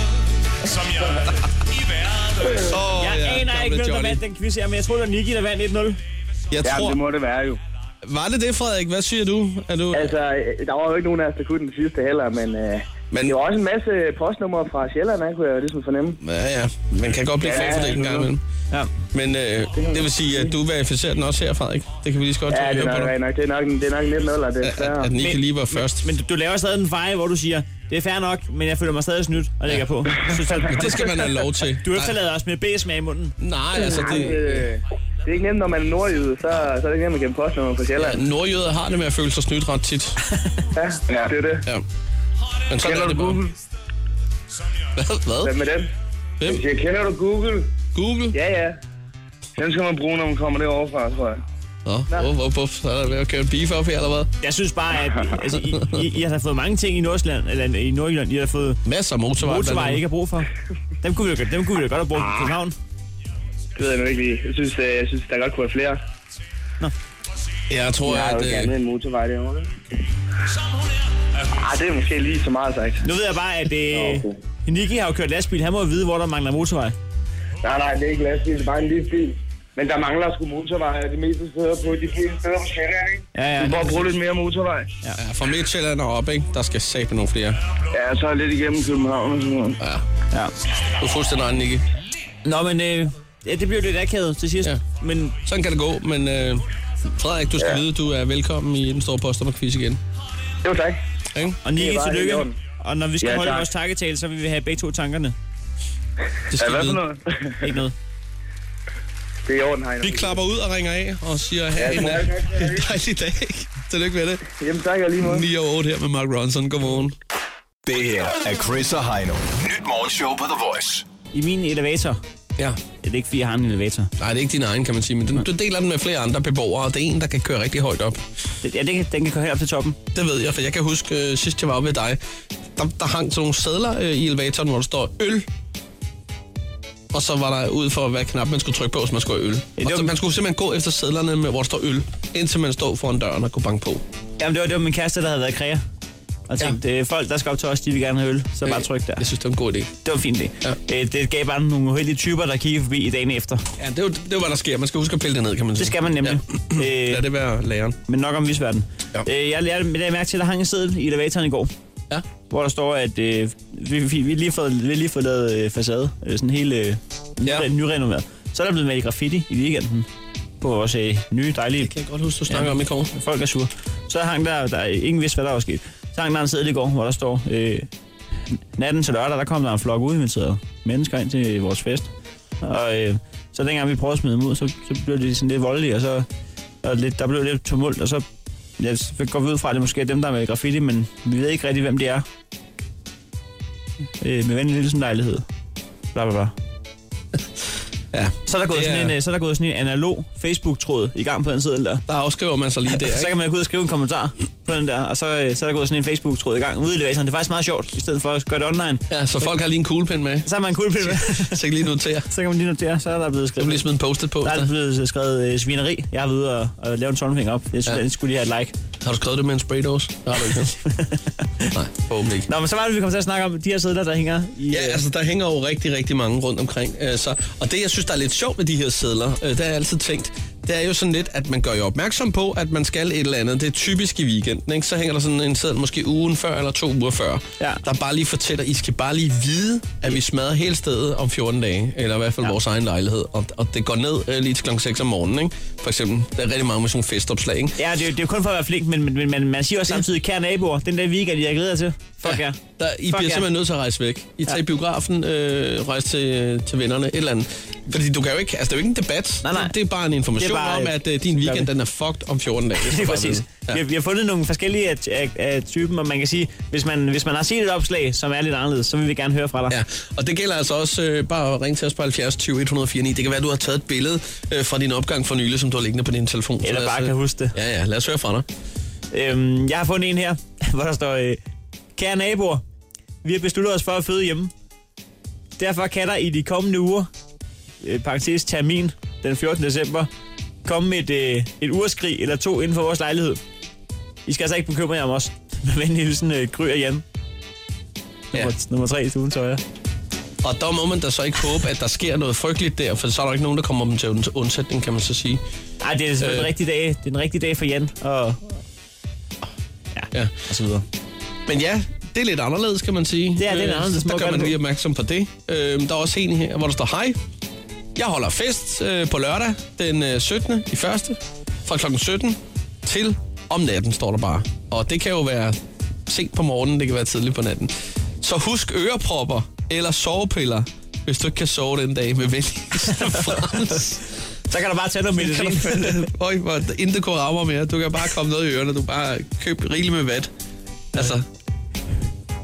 [SPEAKER 11] Som jeg i verden
[SPEAKER 3] Åh,
[SPEAKER 4] jeg
[SPEAKER 3] ja,
[SPEAKER 4] aner ikke,
[SPEAKER 3] gamle
[SPEAKER 4] hvem der
[SPEAKER 3] Johnny.
[SPEAKER 4] vandt den quiz her, men jeg tror, det var Niki, der vandt 1-0.
[SPEAKER 3] Jeg tror...
[SPEAKER 12] det må det være jo.
[SPEAKER 3] Var det det, Frederik? Hvad siger du? Er du...
[SPEAKER 13] Altså, øh, der var jo ikke nogen af os, der kunne den sidste heller, men, øh, men... det var også en masse postnumre fra Sjælland, ikke, kunne jeg jo ligesom fornemme.
[SPEAKER 3] Ja, ja. Man kan godt blive
[SPEAKER 13] Ja,
[SPEAKER 3] ja, fordelt en gang imellem.
[SPEAKER 4] Ja.
[SPEAKER 3] Men øh, det vil sige, at du verificerer den også her, Frederik. Det kan vi lige så godt
[SPEAKER 13] Ja, det er
[SPEAKER 3] høre
[SPEAKER 13] nok
[SPEAKER 3] på dig.
[SPEAKER 13] rent nok. Det er nok, en- det er nok lidt nuller, det er svært.
[SPEAKER 3] At Nicky lige var først.
[SPEAKER 4] Men du, du laver stadig den fejl, hvor du siger, det er fair nok, men jeg føler mig stadig snydt og lægger på. Så, så,
[SPEAKER 3] Men det skal man have lov til.
[SPEAKER 4] Du
[SPEAKER 3] Nej.
[SPEAKER 4] efterlader os med B-smag i munden.
[SPEAKER 3] Nej, altså
[SPEAKER 13] Nej,
[SPEAKER 3] det...
[SPEAKER 13] øh, det er ikke nemt, når man er nordjyde, så, så er det ikke nemt at gemme postnummer fra Sjælland.
[SPEAKER 3] Ja, nordjøder har det med at føle sig snydt ret tit.
[SPEAKER 13] Ja, det er det.
[SPEAKER 3] Ja. Men sådan er det bare. Hvad? Hvad?
[SPEAKER 13] Hvad med den?
[SPEAKER 3] Hvem?
[SPEAKER 12] Jeg kender du Google?
[SPEAKER 3] Google?
[SPEAKER 13] Ja, ja.
[SPEAKER 12] Den skal man bruge, når man kommer derovre fra, tror jeg.
[SPEAKER 3] Nå, hvor, hvor, hvor, så er der ved at køre en beef op her, eller hvad?
[SPEAKER 4] Jeg synes bare, at altså, I, I, I, har da fået mange ting i Nordsjælland, eller i Nordjylland. I har fået
[SPEAKER 3] masser af motorvej,
[SPEAKER 4] motorvej I ikke har brug for. Dem kunne vi jo, dem kunne vi jo godt have brugt i København.
[SPEAKER 13] Det ved jeg nu ikke lige. Jeg synes, øh, jeg synes der godt kunne være flere.
[SPEAKER 3] Jeg tror,
[SPEAKER 13] jeg
[SPEAKER 3] at...
[SPEAKER 13] Jeg
[SPEAKER 3] Øh,
[SPEAKER 13] gerne en motorvej derovre. Ah, det er måske lige så meget sagt.
[SPEAKER 4] Nu ved jeg bare, at øh, Niki har jo kørt lastbil. Han må jo vide, hvor der mangler motorvej.
[SPEAKER 12] Nej, nej, det er ikke lastbil, det er bare en lille bil. Men der mangler sgu motorveje det meste steder på de fleste steder på Sjælland, ikke?
[SPEAKER 4] Ja, ja.
[SPEAKER 12] Du kan bare bruge lidt mere motorvej.
[SPEAKER 3] ja, fra Midtjylland og op, ikke? Der skal sæbe nogle flere.
[SPEAKER 12] Ja, så er jeg lidt igennem København og sådan noget.
[SPEAKER 3] Ja.
[SPEAKER 4] Ja.
[SPEAKER 3] Du er fuldstændig egen, Nicky.
[SPEAKER 4] Nå, men øh, ja, det blev lidt akavet til sidst. Ja. Men
[SPEAKER 3] Sådan kan det gå, men øh, Frederik, du skal ja.
[SPEAKER 4] Ja.
[SPEAKER 3] vide, du er velkommen i den store postnummerquiz igen.
[SPEAKER 13] Jo, tak.
[SPEAKER 3] Ikke?
[SPEAKER 4] Og Nicky,
[SPEAKER 3] Det er bare helt i
[SPEAKER 4] tillykke.
[SPEAKER 3] orden.
[SPEAKER 4] Og når vi skal
[SPEAKER 3] Ja,
[SPEAKER 4] ja, holde
[SPEAKER 3] tak.
[SPEAKER 4] vores takketale, så vil vi have begge to tankerne.
[SPEAKER 3] Det skal Ja, hvad for I vide.
[SPEAKER 4] Ikke noget.
[SPEAKER 13] Det er i orden, Heino.
[SPEAKER 3] Vi klapper ud og ringer af og siger,
[SPEAKER 13] Ja,
[SPEAKER 3] have en,
[SPEAKER 13] tak,
[SPEAKER 3] øh,
[SPEAKER 13] tak, tak.
[SPEAKER 3] en dejlig dag. Tillykke med det.
[SPEAKER 13] Jamen tak, og lige måde.
[SPEAKER 3] 9 og 8 her med Mark Ronson. Godmorgen.
[SPEAKER 5] Det her er Chris og Heino. Nyt morgenshow på The Voice.
[SPEAKER 4] I min elevator.
[SPEAKER 3] Ja.
[SPEAKER 4] Det er ikke, fordi jeg har en elevator.
[SPEAKER 3] Nej, det er ikke din egen, kan man sige, men den, du deler den med flere andre beboere, og det er en, der kan køre rigtig højt op.
[SPEAKER 4] Ja, det, den kan køre helt op til toppen.
[SPEAKER 3] Det ved jeg, for jeg kan huske, øh, sidst jeg var oppe ved dig, der, der hang sådan nogle sædler øh, i elevatoren, hvor der står øl. Og så var der ud for, hvad knap man skulle trykke på, hvis man skulle have øl. Og så, man skulle simpelthen gå efter sædlerne, med, hvor der står øl, indtil man stod foran døren og kunne banke på.
[SPEAKER 4] Jamen, det var, det var min kæreste, der havde været i kræer. Og tænkte, ja. folk, der skal op til os, de vil gerne have øl. Så bare tryk der. Jeg
[SPEAKER 3] synes, det var en god idé.
[SPEAKER 4] Det var en fin idé. Ja. Øh, det gav bare nogle uheldige typer, der kiggede forbi i dagen efter.
[SPEAKER 3] Ja, det er jo det, er, hvad der sker. Man skal huske at pille det ned, kan man sige.
[SPEAKER 4] Det skal man nemlig. Ja. Øh, Lad
[SPEAKER 3] det være læreren.
[SPEAKER 4] Men nok om visverden. Ja. Øh, jeg lærte jeg mærke til, at der hang en seddel i elevatoren i går.
[SPEAKER 3] Ja.
[SPEAKER 4] Hvor der står, at øh, vi, vi, vi, har lige fået, vi har lige fået lavet øh, facade. Øh, sådan hele øh, ja. nyrenoveret. Så er der blevet malet graffiti i weekenden på vores øh, nye dejlige... Det
[SPEAKER 3] kan jeg godt huske, du snakker om i går.
[SPEAKER 4] Folk er sure. Så hang der, der ingen vidste, hvad der var sket. Så hang der en seddel i går, hvor der står, øh, natten til lørdag, der kom der en flok uinviterede mennesker ind til vores fest. Og øh, så dengang vi prøvede at smide dem ud, så, så blev de sådan lidt voldelige, og så og lidt, der blev lidt tumult, og så ja, så går vi ud fra, at det måske er dem, der er med i graffiti, men vi ved ikke rigtig, hvem det er. Øh, med venlig lille sådan lejlighed. Bla, bla, bla.
[SPEAKER 3] Ja,
[SPEAKER 4] så er der gået,
[SPEAKER 3] det
[SPEAKER 4] sådan,
[SPEAKER 3] er-
[SPEAKER 4] en, øh, så er der gået sådan en analog Facebook-tråd i gang på den side der.
[SPEAKER 3] Der afskriver man sig lige der,
[SPEAKER 4] så
[SPEAKER 3] ikke?
[SPEAKER 4] kan man gå ud og skrive en kommentar på den der, og så, øh, så er der gået sådan en Facebook-tråd i gang ude i elevatoren. Det er faktisk meget sjovt, i stedet for at gøre det online.
[SPEAKER 3] Ja, så folk har lige en kuglepen med.
[SPEAKER 4] Så har man en kuglepen med.
[SPEAKER 3] så kan lige notere.
[SPEAKER 4] Så kan man lige notere, så er der blevet skrevet...
[SPEAKER 3] Du lige smide ligesom en post på.
[SPEAKER 4] Der er blevet skrevet øh, svineri. Jeg har været ude og, og lave en tommelfinger op. Jeg synes, ja. skulle lige have et like.
[SPEAKER 3] Har du skrevet det med en spraydose? Nej, har du ikke. Nej, forhåbentlig ikke.
[SPEAKER 4] Nå, men så var det, vi kom til at snakke om de her sædler, der hænger i... øh,
[SPEAKER 3] Ja, altså der hænger jo rigtig, rigtig mange rundt omkring. Øh, så, og det, jeg synes, der er lidt sjovt med de her sædler, øh, det har jeg altid tænkt, det er jo sådan lidt, at man gør jo opmærksom på, at man skal et eller andet. Det er typisk i weekenden, ikke? Så hænger der sådan en sædel måske ugen før eller to uger før, ja. der bare lige fortæller, I skal bare lige vide, at vi smadrer hele stedet om 14 dage, eller i hvert fald ja. vores egen lejlighed, og, og det går ned øh, lige til klokken 6 om morgenen, ikke? For eksempel, der er rigtig mange med sådan nogle festopslag, ikke?
[SPEAKER 4] Ja, det er, jo- det er jo kun for at være flink, men, men, men man, man siger også samtidig, kære naboer, den der weekend, jeg glæder jer til. Fuck ja.
[SPEAKER 3] Der, I bliver simpelthen nødt til at rejse væk. I tager i biografen, øh, rejse til, til vennerne, et eller andet. Fordi du kan jo ikke, altså det er jo ikke en debat. Nej, nej. Det er bare en information
[SPEAKER 4] Det er bare,
[SPEAKER 3] om,
[SPEAKER 4] øh,
[SPEAKER 3] at øh, din weekend den er fucked om 14 dage.
[SPEAKER 4] Det er præcis. Ja. Vi, har, vi har fundet nogle forskellige af, af, af typen, og man kan sige, hvis man, hvis man har set et opslag, som er lidt anderledes, så vil vi gerne høre fra dig.
[SPEAKER 3] Ja, og det gælder altså også øh, bare at ringe til os på 70 20 149. Det kan være, at du har taget et billede øh, fra din opgang for nylig, som du har liggende på din telefon. Så
[SPEAKER 4] Eller
[SPEAKER 3] lad os,
[SPEAKER 4] bare
[SPEAKER 3] øh,
[SPEAKER 4] kan huske det.
[SPEAKER 3] Ja, ja, lad os høre fra dig.
[SPEAKER 4] Øhm, jeg har fundet en her, hvor der står, øh, kære naboer, vi har besluttet os for at føde hjemme. Derfor kan der i de kommende uger, øh, parentes termin den 14. december, komme et, øh, et urskrig eller to inden for vores lejlighed. I skal altså ikke bekymre jer om os. Med venlig hilsen, øh, Gry og Jan.
[SPEAKER 3] Ja.
[SPEAKER 4] Nummer 3 i stuen, tøjer.
[SPEAKER 3] Og der må man da så ikke håbe, at der sker noget frygteligt der, for så er der ikke nogen, der kommer dem til unds- undsætning, kan man så sige.
[SPEAKER 4] Nej, det er selvfølgelig øh. en rigtig dag. Det er en rigtig dag for Jan. Og...
[SPEAKER 3] Ja, ja.
[SPEAKER 4] og så videre.
[SPEAKER 3] Men ja, det er lidt anderledes, kan man sige.
[SPEAKER 4] Ja, det er lidt anderledes
[SPEAKER 3] Der
[SPEAKER 4] måde at
[SPEAKER 3] gør
[SPEAKER 4] gøre
[SPEAKER 3] man
[SPEAKER 4] det på.
[SPEAKER 3] lige opmærksom på det. Øh, der er også en her, hvor der står, hej, jeg holder fest øh, på lørdag den øh, 17. i første, fra kl. 17 til om natten, står der bare. Og det kan jo være sent på morgenen, det kan være tidligt på natten. Så husk ørepropper eller sovepiller, hvis du ikke kan sove den dag med venlig hilsen, Frans.
[SPEAKER 4] Så kan du bare tage noget medicin.
[SPEAKER 3] Øj, hvor der intet kunne ramme mere. Du kan bare komme noget i ørerne. Du bare køb rigeligt med vat. Altså,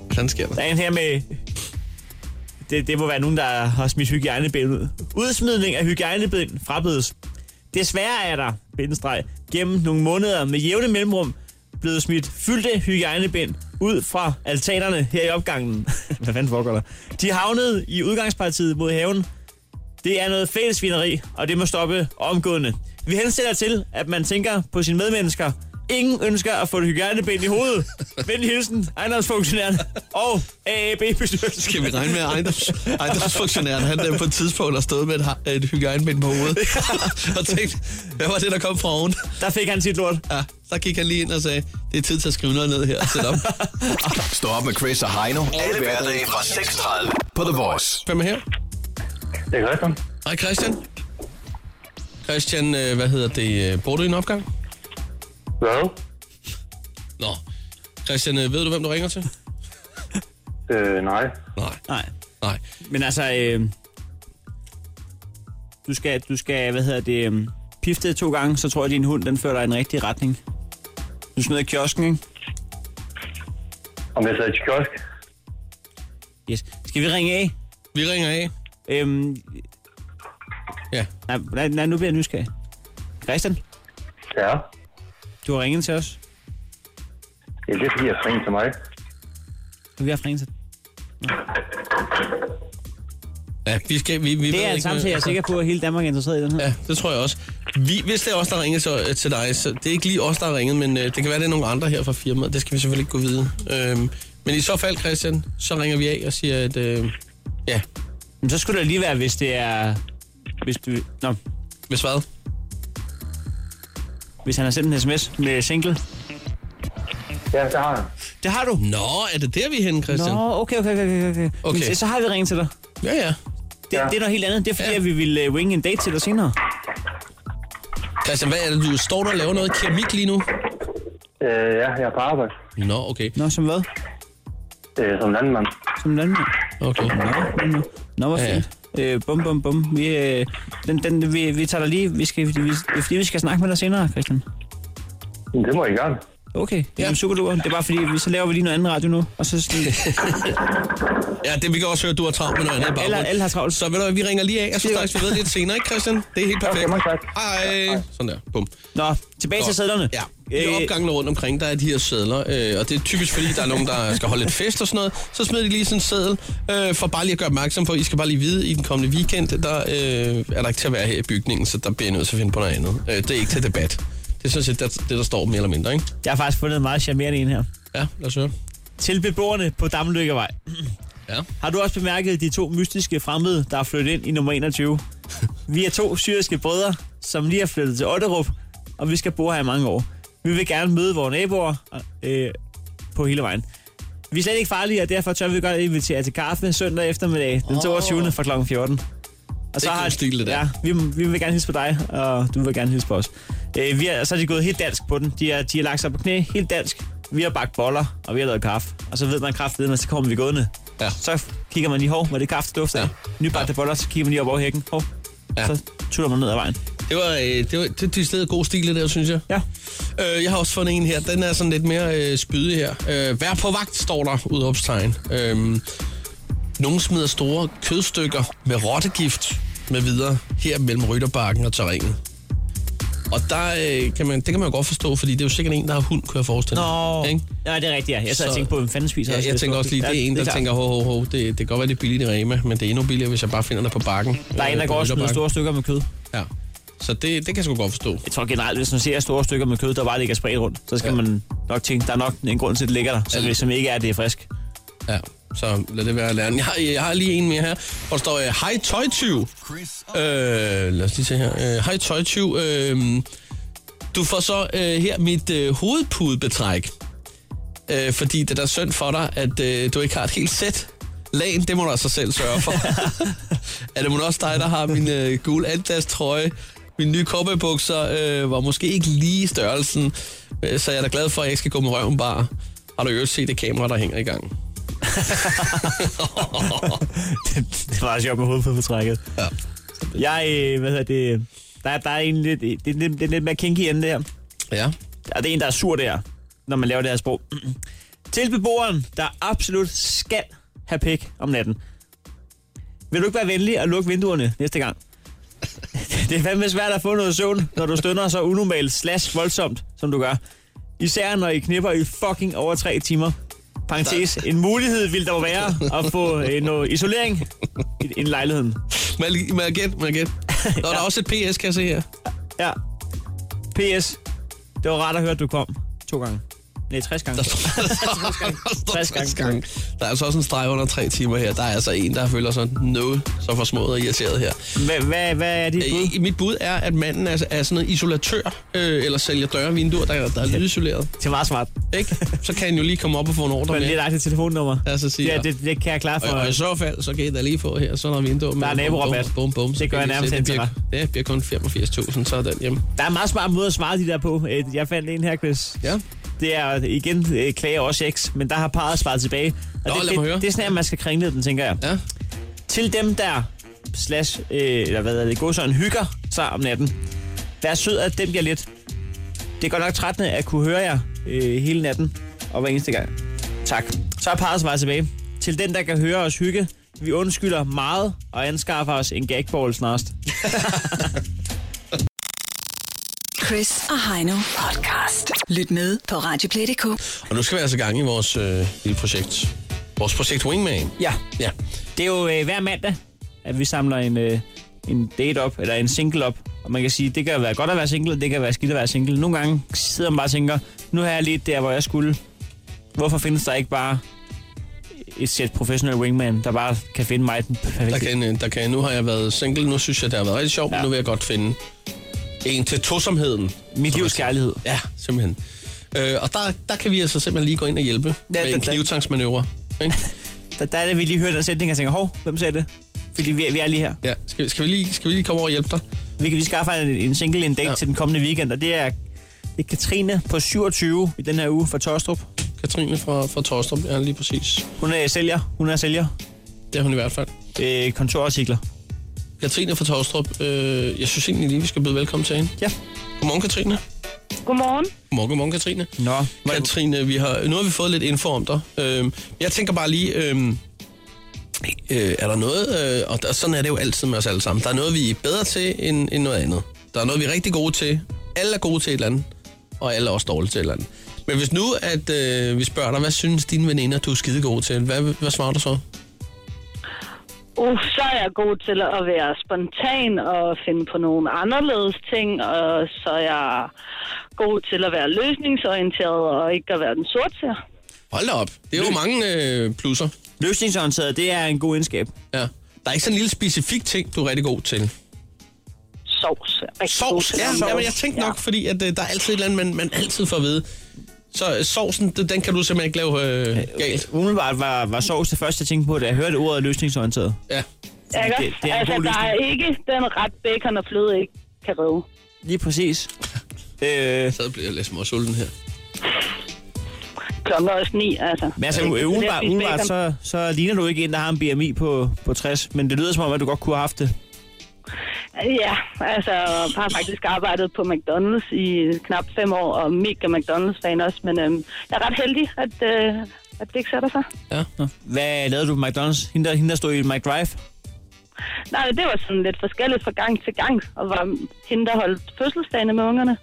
[SPEAKER 3] hvordan sker
[SPEAKER 4] Der
[SPEAKER 3] der?
[SPEAKER 4] er en her med... Det, det må være nogen, der har smidt hygiejnebind ud. Udsmidning af hygiejnebind frabedes. Desværre er der, bindestreg, gennem nogle måneder med jævne mellemrum, blevet smidt fyldte hygiejnebind ud fra altanerne her i opgangen. Hvad fanden foregår der? De havnede i udgangspartiet mod haven. Det er noget fællesvineri, og det må stoppe omgående. Vi henstiller til, at man tænker på sine medmennesker. Ingen ønsker at få et hygiejnebind i hovedet. Venlig hilsen, ejendomsfunktionæren og AAB-bestyrelsen.
[SPEAKER 3] Skal vi regne med, at ejendoms, ejendomsfunktionæren han øh, på et tidspunkt har stået med et, ha- et hygiejnebind på hovedet og tænkt, hvad var det, der kom fra oven?
[SPEAKER 4] Der fik han sit lort.
[SPEAKER 3] Ja, der gik han lige ind og sagde, det er tid til at skrive noget ned her og sætte op.
[SPEAKER 5] Stå op med Chris og Heino. Alle hverdage fra 6.30 på The Voice.
[SPEAKER 3] Hvem er her?
[SPEAKER 14] Det er Christian.
[SPEAKER 3] Hej Christian. Christian, øh, hvad hedder det? øh, Bor du i en opgang?
[SPEAKER 14] Hvad?
[SPEAKER 3] Nå. Christian, øh, ved du, hvem du ringer til?
[SPEAKER 14] Øh, nej.
[SPEAKER 3] Nej.
[SPEAKER 4] Nej.
[SPEAKER 3] Nej.
[SPEAKER 4] Men altså, øh, du, skal, du skal, hvad hedder det, øh, pifte to gange, så tror jeg, at din hund, den fører dig i den rigtige retning. Du smider i kiosken, ikke?
[SPEAKER 14] Om jeg sad i kiosk?
[SPEAKER 4] Yes. Skal vi ringe af?
[SPEAKER 3] Vi ringer af.
[SPEAKER 4] Øhm,
[SPEAKER 3] ja.
[SPEAKER 4] Nej, nej, nej, nu bliver jeg nysgerrig. Christian?
[SPEAKER 14] Ja?
[SPEAKER 4] Du har ringet til os.
[SPEAKER 14] Ja, det er fordi, jeg har ringet til mig.
[SPEAKER 4] Du har haft ringet til
[SPEAKER 3] Ja, vi skal, vi, vi ved
[SPEAKER 4] Det er en
[SPEAKER 3] ikke,
[SPEAKER 4] samtale, altså jeg er
[SPEAKER 3] hvad-
[SPEAKER 4] sikker på, at hele Danmark er interesseret i den her.
[SPEAKER 3] Ja, det tror jeg også. Vi, hvis det er os, der ringer til, til dig, så det er ikke lige os, der har ringet, men øh, det kan være, det er nogle andre her fra firmaet. Det skal vi selvfølgelig ikke gå videre. Øhm, men i så fald, Christian, så ringer vi af og siger, at øh, ja.
[SPEAKER 4] Men så skulle det lige være, hvis det er... Hvis du... Nå.
[SPEAKER 3] Hvis hvad?
[SPEAKER 4] Hvis han har sendt en sms med single.
[SPEAKER 14] Ja, det har jeg.
[SPEAKER 4] Det har du?
[SPEAKER 3] Nå, er det der, vi er henne, Christian?
[SPEAKER 4] Nå, okay, okay, okay. okay. okay.
[SPEAKER 3] Okay.
[SPEAKER 4] Men, så har vi ringet til dig.
[SPEAKER 3] Ja, ja.
[SPEAKER 4] Det, ja. det er noget helt andet. Det er fordi, ja. at vi vil uh, winge en date til dig senere.
[SPEAKER 3] Christian, hvad er det, du står der og laver noget keramik lige nu?
[SPEAKER 14] Øh, ja, jeg er på arbejde.
[SPEAKER 3] Nå, okay.
[SPEAKER 4] Nå, som hvad?
[SPEAKER 14] Øh, som landmand.
[SPEAKER 4] Som landmand.
[SPEAKER 3] Okay.
[SPEAKER 4] Nå, nå. nå hvor
[SPEAKER 14] Ja, ja.
[SPEAKER 4] fint. Øh, bum, bum, bum. Vi, øh, den, den, vi, vi tager dig lige. Vi skal, vi, det er fordi, vi skal snakke med dig senere, Christian.
[SPEAKER 14] Det må I gerne.
[SPEAKER 4] Okay, det er ja. super duper. Det er bare fordi, vi, så laver vi lige noget andet radio nu. Og så,
[SPEAKER 3] Ja, det vi kan også høre, at du har travlt med noget andet i
[SPEAKER 4] Alle-
[SPEAKER 3] baggrunden.
[SPEAKER 4] alle har travlt.
[SPEAKER 3] Så ved du, hvad, vi ringer lige af. Jeg synes straks, vi ved lidt senere, ikke Christian? Det er helt perfekt. Okay, Hej. Hej. Sådan der. Bum.
[SPEAKER 4] Nå, tilbage til sædlerne. Øh,
[SPEAKER 3] Ja. I opgangen rundt omkring, der er de her sædler, øh, og det er typisk fordi, der er nogen, der skal holde et fest og sådan noget. Så smider de lige sådan en sædel, øh, for bare lige at gøre opmærksom på, I skal bare lige vide, i den kommende weekend, der øh, er der ikke til at være her i bygningen, så der bliver I nødt til at finde på noget andet. Øh, det er ikke til debat. Det er sådan set det, det, der står mere eller mindre, ikke?
[SPEAKER 4] jeg har faktisk fundet en meget charmerende en her.
[SPEAKER 3] Ja, lad os høre.
[SPEAKER 4] Til beboerne på Damlykkevej.
[SPEAKER 3] Ja.
[SPEAKER 4] Har du også bemærket de to mystiske fremmede, der er flyttet ind i nummer 21? Vi er to syriske brødre, som lige er flyttet til Otterup, og vi skal bo her i mange år. Vi vil gerne møde vores naboer øh, på hele vejen. Vi er slet ikke farlige, og derfor tør vi godt invitere til kaffe søndag eftermiddag den 22. Oh. fra kl. 14. Og så har
[SPEAKER 3] stil, det der.
[SPEAKER 4] Ja, vi, vi vil gerne hilse på dig, og du vil gerne hilse på os. Øh, vi har, så er de gået helt dansk på den. De har, de har lagt sig på knæ helt dansk. Vi har bagt boller, og vi har lavet kaffe. Og så ved man kraftedeme, at så kommer vi gående.
[SPEAKER 3] Ja.
[SPEAKER 4] Så kigger man lige, hov, var det kaffe, der dufter? Ja. Nybagte boller, så kigger man lige op over hækken. Hov, Ja. Så tuller man ned ad vejen.
[SPEAKER 3] Det var, øh, det var det, det stedet god stil, det der, synes jeg.
[SPEAKER 4] Ja.
[SPEAKER 3] Øh, jeg har også fundet en her. Den er sådan lidt mere øh, spydig her. Øh, vær på vagt, står der, udopstegn. Øh, nogle smider store kødstykker med rottegift med videre her mellem Rytterbakken og terrænet. Og der, øh, kan man, det kan man jo godt forstå, fordi det er jo sikkert en, der har hund, kunne jeg forestille mig.
[SPEAKER 4] Nå,
[SPEAKER 3] Ikke?
[SPEAKER 4] nej, det er rigtigt, ja. Jeg sad og tænkte på, hvem fanden spiser
[SPEAKER 3] ja,
[SPEAKER 4] også
[SPEAKER 3] Jeg
[SPEAKER 4] det
[SPEAKER 3] tænker også lige,
[SPEAKER 4] frugtligt.
[SPEAKER 3] det er
[SPEAKER 4] Ja,
[SPEAKER 3] en, der
[SPEAKER 4] klart.
[SPEAKER 3] tænker, ho, ho, ho, det, det kan godt være, det er billigt i Rema, men det er endnu billigere, hvis jeg bare finder dig på bakken.
[SPEAKER 4] Der er en, der
[SPEAKER 3] Øh, på
[SPEAKER 4] går og smider
[SPEAKER 3] Rytterbakken.
[SPEAKER 4] store stykker med kød.
[SPEAKER 3] Ja. Så det, det kan jeg sgu godt forstå.
[SPEAKER 4] Jeg tror generelt, hvis man ser store stykker med kød, der bare ligger spredt rundt, så skal ja. man nok tænke, der er nok en grund til, at det ligger der. Så hvis som ikke er, at det er frisk.
[SPEAKER 3] Ja, så lad det være læreren. Jeg har, jeg har lige en mere her, hvor der står, øh, hej tøjtyv. Øh, lad os lige se her. Øh, hej tøjtyv. Øh, du får så øh, her mit øh, hovedpudebetræk. Øh, fordi det er da synd for dig, at øh, du ikke har et helt sæt. Lagen, det må du altså selv sørge for. er det måske også dig, der har min øh, gule Adidas trøje, mine nye cowboybukser øh, var måske ikke lige størrelsen, øh, så jeg er da glad for, at jeg ikke skal gå med røven bare. Har du jo set det kamera, der hænger i gang?
[SPEAKER 4] det, det var også sjovt med hovedpudebetrækket.
[SPEAKER 3] Ja.
[SPEAKER 4] Jeg, øh, hvad hedder det, der, er- der er en lidt, det, det, det er lidt mere kinky ende der.
[SPEAKER 3] Ja.
[SPEAKER 4] Og det er en, der er sur der, når man laver det her sprog. Til beboeren, der absolut skal have pik om natten. Vil du ikke være venlig og lukke vinduerne næste gang? Det er fandme svært at få noget søvn, når du stønner så unormalt slash voldsomt, som du gør. Især når I knipper i fucking over tre timer. Parentes, en mulighed ville der være at få øh, noget isolering i, i lejligheden.
[SPEAKER 3] Må jeg gætte, må jeg gætte. Der er der også et PS, kan jeg se her.
[SPEAKER 4] Ja. PS. Det var rart at høre, at du kom. To gange. Nej, 60 gange. 60 gange. 60 gange.
[SPEAKER 3] gang. Der er altså også en streg under tre timer her. Der er altså en, der føler sig noget så forsmået og irriteret her.
[SPEAKER 4] Hvad, hvad, hvad er dit
[SPEAKER 3] bud? Øh, mit bud er, at manden er, er sådan noget isolatør, øh, eller sælger døre og vinduer, der, der er lydisoleret.
[SPEAKER 4] Det er meget smart.
[SPEAKER 3] Ikke? Så kan han jo lige komme op og få en ordre
[SPEAKER 4] Men
[SPEAKER 3] med.
[SPEAKER 4] lige dig til telefonnummer.
[SPEAKER 3] Ja, så siger
[SPEAKER 4] Ja, det, det kan jeg klare for.
[SPEAKER 3] og, og i så fald, så kan I da lige få her sådan noget vindue. med-
[SPEAKER 4] er naborabat.
[SPEAKER 3] Bum, bum, bum, så
[SPEAKER 4] Det gør
[SPEAKER 3] kan
[SPEAKER 4] jeg
[SPEAKER 3] I
[SPEAKER 4] nærmest
[SPEAKER 3] se, det bliver,
[SPEAKER 4] ikke
[SPEAKER 3] det bliver kun 85.000, så er den hjemme.
[SPEAKER 4] Der er en meget smart måde at svare de der på. Øh, Jeg fandt en her, Chris.
[SPEAKER 3] Ja.
[SPEAKER 4] Det er igen øh, klager også X, men der har parret svaret tilbage. Og
[SPEAKER 3] Nå,
[SPEAKER 4] det,
[SPEAKER 3] lad
[SPEAKER 4] det,
[SPEAKER 3] mig høre.
[SPEAKER 4] det er sådan her, man skal kringle den, tænker jeg.
[SPEAKER 3] Ja.
[SPEAKER 4] Til dem der, slash, øh, eller hvad er det, godsøjen hygger sig om natten. Vær sød at dem jer lidt. Det er godt nok trættende at kunne høre jer øh, hele natten og hver eneste gang. Tak. Så er parret svaret tilbage. Til den, der kan høre os hygge, vi undskylder meget og anskaffer os en gagball snarest.
[SPEAKER 2] Chris og Heino podcast. Lyt med på Radioplay.dk.
[SPEAKER 3] Og nu skal vi altså i gang i vores øh, lille projekt. Vores projekt Wingman.
[SPEAKER 4] Ja.
[SPEAKER 3] ja.
[SPEAKER 4] Det er jo øh, hver mandag, at vi samler en, øh, en date op, eller en single op. Og man kan sige, det kan være godt at være single, det kan være skidt at være single. Nogle gange sidder man bare og tænker, nu har jeg lige der, hvor jeg skulle. Hvorfor findes der ikke bare et sæt professionel wingman, der bare kan finde mig den
[SPEAKER 3] Der
[SPEAKER 4] perfekte?
[SPEAKER 3] kan, øh, der kan, nu har jeg været single, nu synes jeg, det har været rigtig sjovt, ja. men nu vil jeg godt finde en til tosomheden.
[SPEAKER 4] Mit livs kærlighed.
[SPEAKER 3] Ja, simpelthen. Øh, og der, der kan vi altså simpelthen lige gå ind og hjælpe ja, med
[SPEAKER 4] det-
[SPEAKER 3] en
[SPEAKER 4] det-
[SPEAKER 3] knivtangsmanøvre. ikke?
[SPEAKER 4] Der, der er det, vi lige hører den sætning og tænker, hov, hvem sagde det? Fordi vi, vi er lige her.
[SPEAKER 3] Ja, skal, skal, vi lige, skal vi lige komme over og hjælpe dig?
[SPEAKER 4] Vi, kan- vi skaffer en, en single en date ja. til den kommende weekend, og det er, det er Katrine på 27 i den her uge fra Tostrup.
[SPEAKER 3] Katrine fra, fra Torstrup, ja, lige præcis.
[SPEAKER 4] Hun er sælger. Hun er sælger.
[SPEAKER 3] Det er hun i hvert fald.
[SPEAKER 4] Øh, kontorartikler.
[SPEAKER 3] Katrine fra Torstrup, øh, jeg synes egentlig lige, vi skal byde velkommen til hende.
[SPEAKER 4] Ja.
[SPEAKER 3] Godmorgen, Katrine.
[SPEAKER 10] Godmorgen.
[SPEAKER 3] Godmorgen, godmorgen, Katrine.
[SPEAKER 4] Nå.
[SPEAKER 3] Katrine, vi har, nu har vi fået lidt info om dig. Øhm, jeg tænker bare lige, øhm, øh, er der noget, øh, og der, sådan er det jo altid med os alle sammen, der er noget, vi er bedre til end, end noget andet. Der er noget, vi er rigtig gode til. Alle er gode til et eller andet, og alle er også dårlige til et eller andet. Men hvis nu, at øh, vi spørger dig, hvad synes dine veninder, du er skide god til? Hvad, hvad svarer du så?
[SPEAKER 10] Uh, så er jeg god til at være spontan og finde på nogle anderledes ting, og så er jeg god til at være løsningsorienteret og ikke at være den sortseer.
[SPEAKER 3] Hold da op. Det er jo mange øh, plusser.
[SPEAKER 4] Løsningsorienteret, det er en god egenskab.
[SPEAKER 3] Ja. Der er ikke sådan en lille specifik ting, du er rigtig god til.
[SPEAKER 10] Sovs.
[SPEAKER 3] Sovs, ja, ja, men jeg tænkte nok, fordi at, øh, der er altid et eller andet, man, man altid får at vide. Så øh, sovsen, det- den kan du simpelthen ikke lave øh, galt.
[SPEAKER 4] Umiddelbart var, var sovs det første, jeg tænkte på, da jeg hørte ordet løsningsorienteret.
[SPEAKER 3] Ja.
[SPEAKER 10] Ja, ikke?
[SPEAKER 4] Det- det er en
[SPEAKER 10] altså,
[SPEAKER 4] god
[SPEAKER 10] der er
[SPEAKER 4] løsning.
[SPEAKER 10] ikke den ret bacon og fløde ikke kan redde.
[SPEAKER 4] Lige præcis. øh,
[SPEAKER 3] så bliver jeg lidt småsulten her.
[SPEAKER 10] Klokken er også ni, altså.
[SPEAKER 4] Men altså,
[SPEAKER 10] Det er
[SPEAKER 4] u-
[SPEAKER 10] ikke- det er
[SPEAKER 4] umiddelbart,
[SPEAKER 10] ikke
[SPEAKER 4] umiddelbart
[SPEAKER 10] bacon.
[SPEAKER 4] så, så ligner du ikke en, der har en BMI på, på 60, men det lyder som om, at du godt kunne have haft det.
[SPEAKER 10] Ja, altså jeg har faktisk arbejdet på McDonald's i knap fem år, og mega McDonald's-fan også, men øhm, jeg er ret heldig, at, øh, at det ikke sætter sig.
[SPEAKER 4] Ja. Nå. Hvad lavede du på McDonald's? Hende der, hende der stod i McDrive?
[SPEAKER 10] Nej, det var sådan lidt forskelligt fra gang til gang, og var hende, der holdt fødselsdagene med ungerne.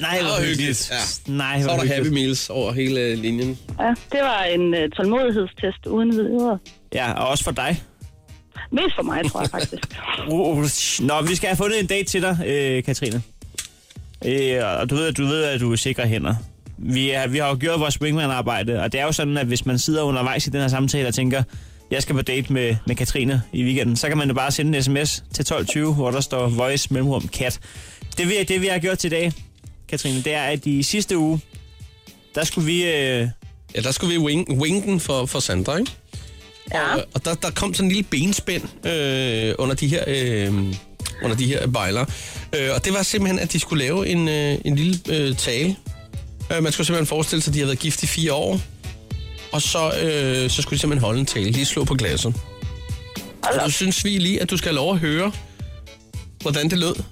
[SPEAKER 4] Nej, hvor hyggeligt.
[SPEAKER 3] Ja.
[SPEAKER 4] Nej,
[SPEAKER 3] Så
[SPEAKER 4] hvor
[SPEAKER 3] var der
[SPEAKER 4] hyggeligt.
[SPEAKER 3] Happy Meals over hele øh, linjen.
[SPEAKER 10] Ja, det var en øh, tålmodighedstest uden videre.
[SPEAKER 4] Ja, og også for dig.
[SPEAKER 10] Mest for mig, tror jeg faktisk.
[SPEAKER 4] Uh, sh- Nå, vi skal have fundet en date til dig, øh, Katrine. Øh, og du ved, du ved, at du er i sikre hænder. Vi, er, vi har jo gjort vores wingman-arbejde, og det er jo sådan, at hvis man sidder undervejs i den her samtale og tænker, jeg skal på date med, med Katrine i weekenden, så kan man jo bare sende en sms til 12.20, hvor der står voice mellemrum cat. Det vi, det vi har gjort til i dag, Katrine, det er, at i sidste uge, der skulle vi... Øh,
[SPEAKER 3] Ja, der skulle vi wing, wing den for, for Sandra, ikke? Ja. Og, og der, der kom sådan en lille benspænd øh, under de her... Øh, under de her bejler. Øh, og det var simpelthen, at de skulle lave en, øh, en lille øh, tale. Øh, man skulle simpelthen forestille sig, at de har været gift i fire år. Og så, øh, så skulle de simpelthen holde en tale. Lige slå på glasset. Og nu synes vi lige, at du skal have lov at høre, hvordan det lød,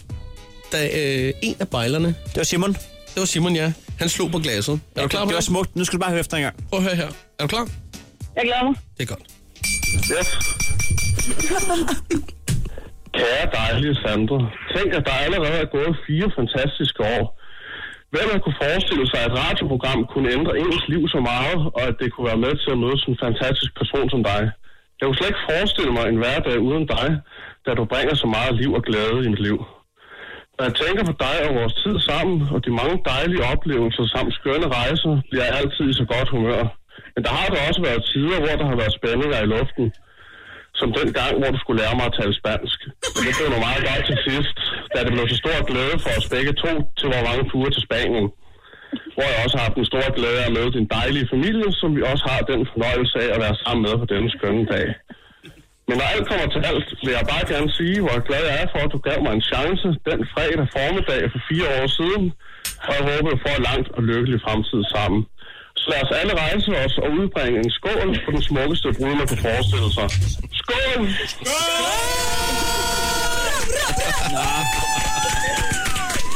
[SPEAKER 3] da øh, en af bejlerne...
[SPEAKER 4] Det var Simon.
[SPEAKER 3] Det var Simon, ja. Han slog på glasset. Er du klar på det?
[SPEAKER 4] var smukt. Nu skal du bare høre efter en gang.
[SPEAKER 3] Prøv at høre her. Er du klar?
[SPEAKER 10] Jeg glæder mig.
[SPEAKER 3] Det er godt.
[SPEAKER 14] Yes. Kære dejlige Sandra, tænk at der allerede er gået fire fantastiske år. Hvem man kunne forestille sig, at et radioprogram kunne ændre ens liv så meget, og at det kunne være med til at møde sådan en fantastisk person som dig. Jeg kunne slet ikke forestille mig en hverdag uden dig, da du bringer så meget liv og glæde i mit liv. Når jeg tænker på dig og vores tid sammen, og de mange dejlige oplevelser samt skønne rejser, bliver jeg altid i så godt humør. Men der har da også været tider, hvor der har været spændinger i luften. Som den gang, hvor du skulle lære mig at tale spansk. Men det blev nu meget godt til sidst, da det blev så stor glæde for os begge to til vores mange ture til Spanien. Hvor jeg også har haft en stor glæde af at møde din dejlige familie, som vi også har den fornøjelse af at være sammen med på denne skønne dag. Men når alt kommer til alt, vil jeg bare gerne sige, hvor glad jeg er for, at du gav mig en chance den fredag formiddag for fire år siden, og jeg håber, vi får en langt og lykkelig fremtid sammen. Så lad os alle rejse os og udbringe en skål for den smukkeste brud, man kan forestille sig. Skål!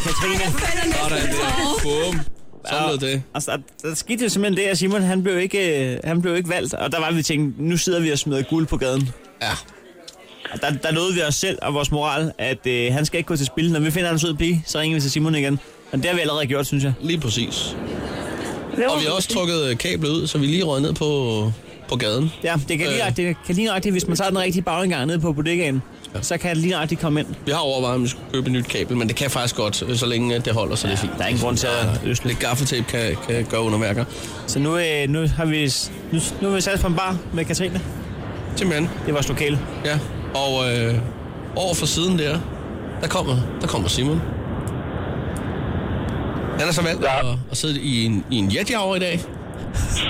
[SPEAKER 4] Katrine.
[SPEAKER 3] Sådan der. Bum. Sådan lød det.
[SPEAKER 4] Altså, der- der skete jo simpelthen det, at Simon han blev, ikke, øh, han blev ikke valgt, og der var vi tænkt, nu sidder vi og smider guld på gaden.
[SPEAKER 3] Ja.
[SPEAKER 4] Og der, der nåede vi os selv og vores moral, at øh, han skal ikke gå til spil. Når vi finder en sød pige, så ringer vi til Simon igen. Og det har vi allerede gjort, synes jeg.
[SPEAKER 3] Lige præcis. Og vi har også trukket øh, kablet ud, så vi lige røg ned på, på gaden.
[SPEAKER 4] Ja, det
[SPEAKER 3] Øh.
[SPEAKER 4] kan lige, det kan lige nøjagtigt, hvis man tager den rigtige bagindgang ned på bodegaen, ja. så kan det lige nøjagtigt komme ind.
[SPEAKER 3] Vi har overvejet, om vi skulle købe et nyt kabel, men det kan faktisk godt, øh, så længe øh, det holder, så det er fint. Der
[SPEAKER 4] er ingen grund til at øsle.
[SPEAKER 3] Lidt gaffetape kan, kan gøre underværker.
[SPEAKER 4] Så nu, øh, nu har vi, s- nu, nu har vi sat os på en bar med Katrine.
[SPEAKER 3] Simpelthen.
[SPEAKER 4] Det er vores lokale.
[SPEAKER 3] Ja, og øh, over for siden der, der kommer, der kommer Simon. Han er så valgt ja. at, at sidde i en, i en jetjager i dag.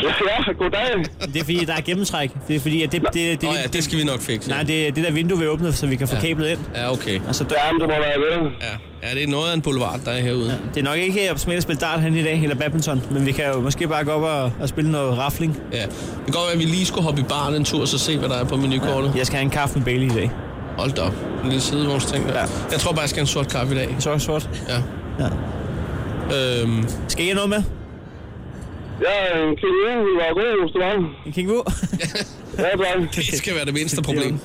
[SPEAKER 14] Ja, goddag.
[SPEAKER 4] Det er fordi, der er gennemtræk. Det er fordi, at det, det, det, det,
[SPEAKER 3] Nå ja, det skal vi nok fikse.
[SPEAKER 4] nej, det, det der vindue vil åbne, så vi kan få
[SPEAKER 3] Ja.
[SPEAKER 4] kablet ind.
[SPEAKER 3] Ja, okay.
[SPEAKER 4] Altså, der,
[SPEAKER 14] Jamen, det må være ved.
[SPEAKER 3] Ja. ja, det er noget af en boulevard, der er herude.
[SPEAKER 4] Det er nok ikke Jacob Smidt at spille dart hen i dag, eller badminton, men vi kan jo måske bare gå op og, og spille noget rafling.
[SPEAKER 3] Ja. Det kan godt være, at vi lige skulle hoppe i baren en tur, og så se, hvad der er på menukortet.
[SPEAKER 4] Jeg skal have en kaffe med Bailey i dag.
[SPEAKER 3] Hold da op. En lille sidevognsting der. Ja. Jeg tror bare, jeg skal have en sort kaffe i dag.
[SPEAKER 4] Så er det sort.
[SPEAKER 3] Ja.
[SPEAKER 4] ja.
[SPEAKER 3] Øhm,
[SPEAKER 4] Skal I have noget med?
[SPEAKER 14] Ja, en kæmpe, vi var gode, hvis det var.
[SPEAKER 4] En kænguru?
[SPEAKER 14] Ja, dreng.
[SPEAKER 3] det skal være det mindste problem.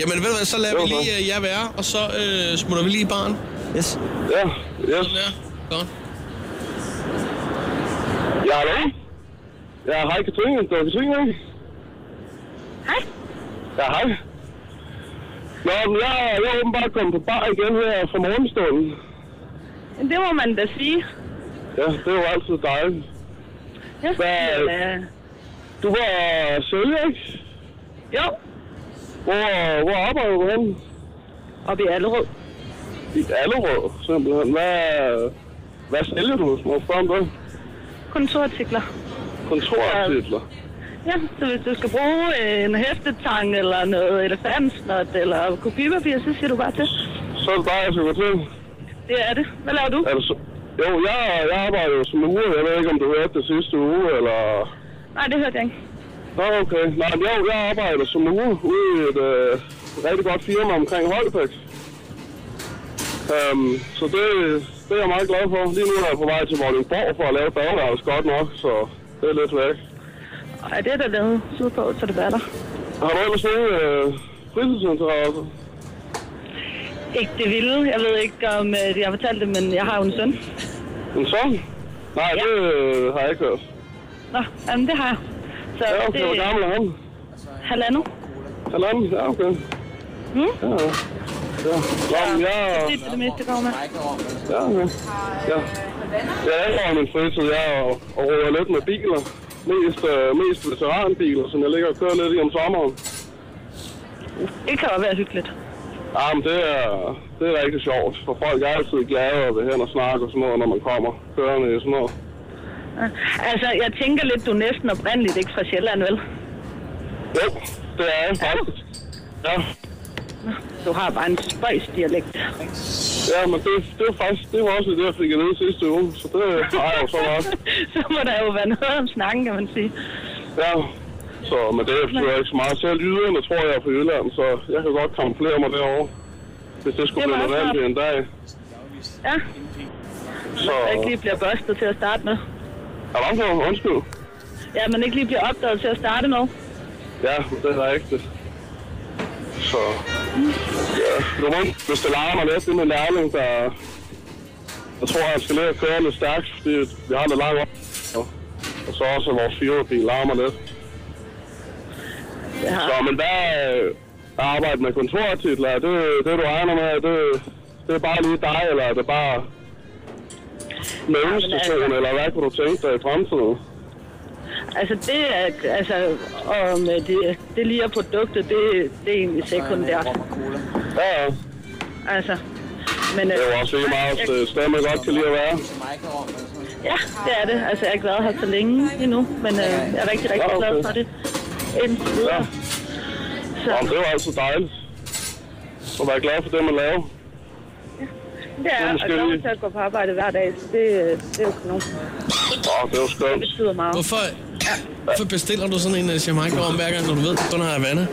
[SPEAKER 3] Jamen ved du hvad, så lader vi lige øh, jer være, og så øh, smutter vi lige i baren.
[SPEAKER 4] Yes.
[SPEAKER 14] Ja, yes.
[SPEAKER 3] Sådan der. Godt.
[SPEAKER 14] Ja, hallo? Ja, hej Katrine. Det var Katrine, ikke?
[SPEAKER 10] Hej.
[SPEAKER 14] Ja, hej. Nå, men jeg, jeg er åbenbart kommet på bar igen her fra morgenstunden.
[SPEAKER 10] Det må man da sige.
[SPEAKER 14] Ja, det er jo altid dejligt.
[SPEAKER 10] Ja.
[SPEAKER 14] Hvad-
[SPEAKER 10] Men, øh,
[SPEAKER 14] Du var sælger, ikke?
[SPEAKER 10] Jo.
[SPEAKER 14] Hvor, hvor arbejder du henne?
[SPEAKER 10] Oppe i Allerød.
[SPEAKER 14] I Allerød, simpelthen. Hvad, hvad sælger du, hvis man spørger om det?
[SPEAKER 10] kontorartikler.
[SPEAKER 14] Kontorartikler.
[SPEAKER 10] Ja, så hvis du skal bruge øh, en hæftetang eller noget elefantsnot eller kopipapir, så siger du bare det.
[SPEAKER 14] Så er det bare, jeg skal gå til.
[SPEAKER 10] Det er det. Hvad laver du?
[SPEAKER 14] Er det så? Jo, jeg, jeg arbejder jo som uge. Jeg ved ikke, om du hørte det sidste uge, eller...
[SPEAKER 10] Nej, det hørte jeg ikke.
[SPEAKER 14] Nå, okay. Nej, men jo, jeg arbejder som uge ude i et øh, rigtig godt firma omkring Holbæk.
[SPEAKER 8] Øhm, så det, det er jeg meget glad for. Lige nu er jeg på vej til Vordingborg for at lave bagværelse godt nok, så det er lidt væk.
[SPEAKER 10] Og det er der lavet sydpå, så det batter.
[SPEAKER 8] Har du ellers nogen øh, fritidsinteresser?
[SPEAKER 10] Ikke det vilde. Jeg ved ikke, om øh, jeg har fortalt det, men jeg har jo en søn.
[SPEAKER 8] En sang? Nej, ja. det øh, har jeg ikke hørt.
[SPEAKER 10] Nå, jamen det har jeg. Så
[SPEAKER 8] Ja, okay, hvor gammel er han?
[SPEAKER 10] Halvandet.
[SPEAKER 8] Halvanden? Ja, okay.
[SPEAKER 10] Mm?
[SPEAKER 8] Ja, ja. Nå, men jeg...
[SPEAKER 10] Det er det meste, der går med.
[SPEAKER 8] Ja, okay. Ja. Jeg er over min fritid. Jeg er og, og roer lidt med biler. Mest, øh, mest veteranbiler, som jeg ligger og kører lidt i om sommeren.
[SPEAKER 10] Det kan jo være hyggeligt.
[SPEAKER 8] Ja, men det er, det er rigtig sjovt, for folk er altid glade og vil hen og snakke og sådan noget, når man kommer kørende i sådan noget.
[SPEAKER 10] Ja. Altså, jeg tænker lidt, du er næsten oprindeligt ikke fra Sjælland, vel?
[SPEAKER 8] Jo, det er jeg faktisk. Ja.
[SPEAKER 10] Du har bare en spøjs dialekt.
[SPEAKER 8] Ja, men det, det var faktisk, det var også det, jeg fik at vide sidste uge, så det har jeg jo så meget.
[SPEAKER 10] så må der jo være noget om snakken, kan man sige.
[SPEAKER 8] Ja, så, men det er jeg ikke så meget. Selv jyderne tror jeg er fra Jylland, så jeg kan godt kamuflere mig derovre, hvis det skulle
[SPEAKER 10] Det er
[SPEAKER 8] blive
[SPEAKER 10] meget
[SPEAKER 8] nødvendigt en dag.
[SPEAKER 10] Ja,
[SPEAKER 8] Så,
[SPEAKER 10] så ikke lige bliver børstet til at starte med.
[SPEAKER 8] er du for? Undskyld.
[SPEAKER 10] Ja, men ikke lige bliver opdaget til at starte med.
[SPEAKER 8] Ja, men det er rigtigt. Så, ja, nu rundt, hvis det larmer lidt, det er min lærling, der... Jeg tror, han skal ned og køre lidt stærkt, fordi vi har lidt langt op. Og- Og så også vores firmabil larmer lidt.
[SPEAKER 10] Ja.
[SPEAKER 8] Så, men der øh, at arbejde med kontortitler, det, det du regner med, det, det er bare lige dig, eller er det bare mellemstation, eller hvad kunne du tænke dig i fremtiden?
[SPEAKER 10] Altså det er, altså, om øh, det, det lige er produktet, det, det er egentlig sekundært.
[SPEAKER 8] Ja, ja.
[SPEAKER 10] Altså, men,
[SPEAKER 8] Det er jo også lige meget, at øh, sted, man godt kan lide at være.
[SPEAKER 10] Ja, det er det. Altså, jeg har ikke været her så længe endnu, men øh, jeg er rigtig, rigtig
[SPEAKER 8] Ja, okay.
[SPEAKER 10] glad for det. Indtil videre. Så
[SPEAKER 8] Jamen, det var altid dejligt. Og være glad for det, man laver.
[SPEAKER 10] det er, og jeg er til at gå på arbejde hver dag, så det, øh, det er jo kanon.
[SPEAKER 8] Åh, det var skønt.
[SPEAKER 10] Det betyder meget.
[SPEAKER 3] Hvorfor, hvorfor bestiller du sådan en øh, Jamaica om hver gang, når du ved, at den har Havana?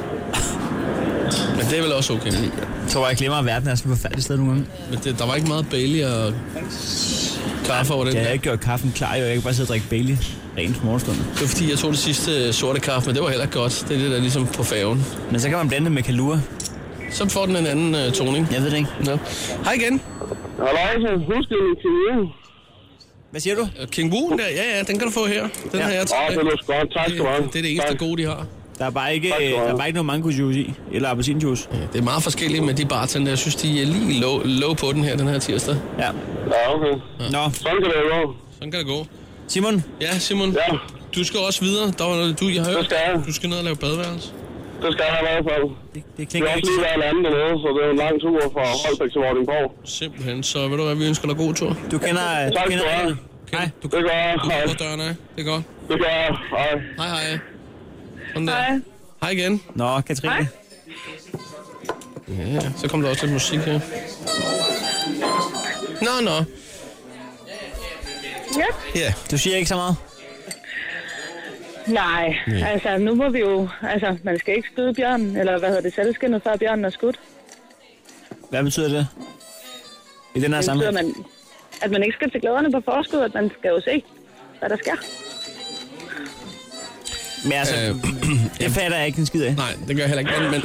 [SPEAKER 3] Men det er vel også okay.
[SPEAKER 4] Jeg tror, jeg glemmer, at verden er sådan et forfærdeligt sted nogle gange.
[SPEAKER 3] Men det, der var ikke meget Bailey og kaffe over den
[SPEAKER 4] Jeg
[SPEAKER 3] der.
[SPEAKER 4] har ikke gjort kaffen klar, jo. jeg kan bare sidde og drikke Bailey rent morgenstund.
[SPEAKER 3] Det var fordi, jeg tog det sidste øh, sorte kaffe, men det var heller ikke godt. Det er det, der er ligesom på færgen.
[SPEAKER 4] Men så kan man blande det med kalua.
[SPEAKER 3] Så får den en anden øh, toning.
[SPEAKER 4] Jeg ved det ikke.
[SPEAKER 3] Ja. Hej igen.
[SPEAKER 8] Hallo, altså. Husk det, King Wu.
[SPEAKER 4] Hvad siger du?
[SPEAKER 3] King Wu, der. Ja, ja, den kan du få her. Den
[SPEAKER 4] Ja.
[SPEAKER 3] har jeg
[SPEAKER 4] Åh, det
[SPEAKER 8] lyder godt. Tak
[SPEAKER 3] skal du have. Det, det er det eneste gode, de har.
[SPEAKER 4] Der er bare ikke,
[SPEAKER 3] Tak skal du
[SPEAKER 4] der
[SPEAKER 3] have.
[SPEAKER 4] er bare ikke noget mango juice i, eller appelsinjuice.
[SPEAKER 3] Ja, det er meget forskelligt med de bartender. Jeg synes, de er lige low, low på den her, den her tirsdag.
[SPEAKER 4] Ja.
[SPEAKER 8] Ja, okay.
[SPEAKER 4] Nå.
[SPEAKER 8] Sådan kan det gå.
[SPEAKER 3] Sådan kan det gå.
[SPEAKER 4] Simon?
[SPEAKER 3] Ja, Simon.
[SPEAKER 8] Ja.
[SPEAKER 3] Du skal også videre. Der var noget, du, jeg har hørt.
[SPEAKER 8] skal jeg.
[SPEAKER 3] Du skal ned og lave badeværelse.
[SPEAKER 8] Det skal jeg i hvert fald.
[SPEAKER 4] Det
[SPEAKER 8] Vi har også lige været landet dernede, så det er en lang tur fra Holbæk til Vordingborg.
[SPEAKER 3] Simpelthen. Så ved du hvad, vi ønsker dig god tur.
[SPEAKER 4] Du kender...
[SPEAKER 8] Tak skal du have.
[SPEAKER 4] Hej.
[SPEAKER 3] Du
[SPEAKER 8] Det gør jeg.
[SPEAKER 3] Du
[SPEAKER 8] Hej.
[SPEAKER 3] går døren af. Det er godt.
[SPEAKER 8] Det gør jeg. Hej.
[SPEAKER 3] Hej, hej. Sådan der. Hej. Hej igen.
[SPEAKER 4] Nå, Katrine. Hej.
[SPEAKER 3] Ja, så kom der også lidt musik her. Nå, nå.
[SPEAKER 10] Ja.
[SPEAKER 3] Ja.
[SPEAKER 4] Du siger ikke så meget?
[SPEAKER 10] Nej,
[SPEAKER 4] Nej.
[SPEAKER 10] altså nu må vi jo... Altså, man skal ikke skyde bjørnen, eller hvad hedder det, selvskindet, før bjørnen er skudt.
[SPEAKER 4] Hvad betyder det? I den her
[SPEAKER 10] Det betyder,
[SPEAKER 4] sammenhæng?
[SPEAKER 10] at man, at man ikke skal til glæderne på forskud, at man skal jo se, hvad der sker.
[SPEAKER 4] Men altså, øh, det fatter jeg ikke en skid af.
[SPEAKER 3] Nej, det gør jeg heller ikke. Men,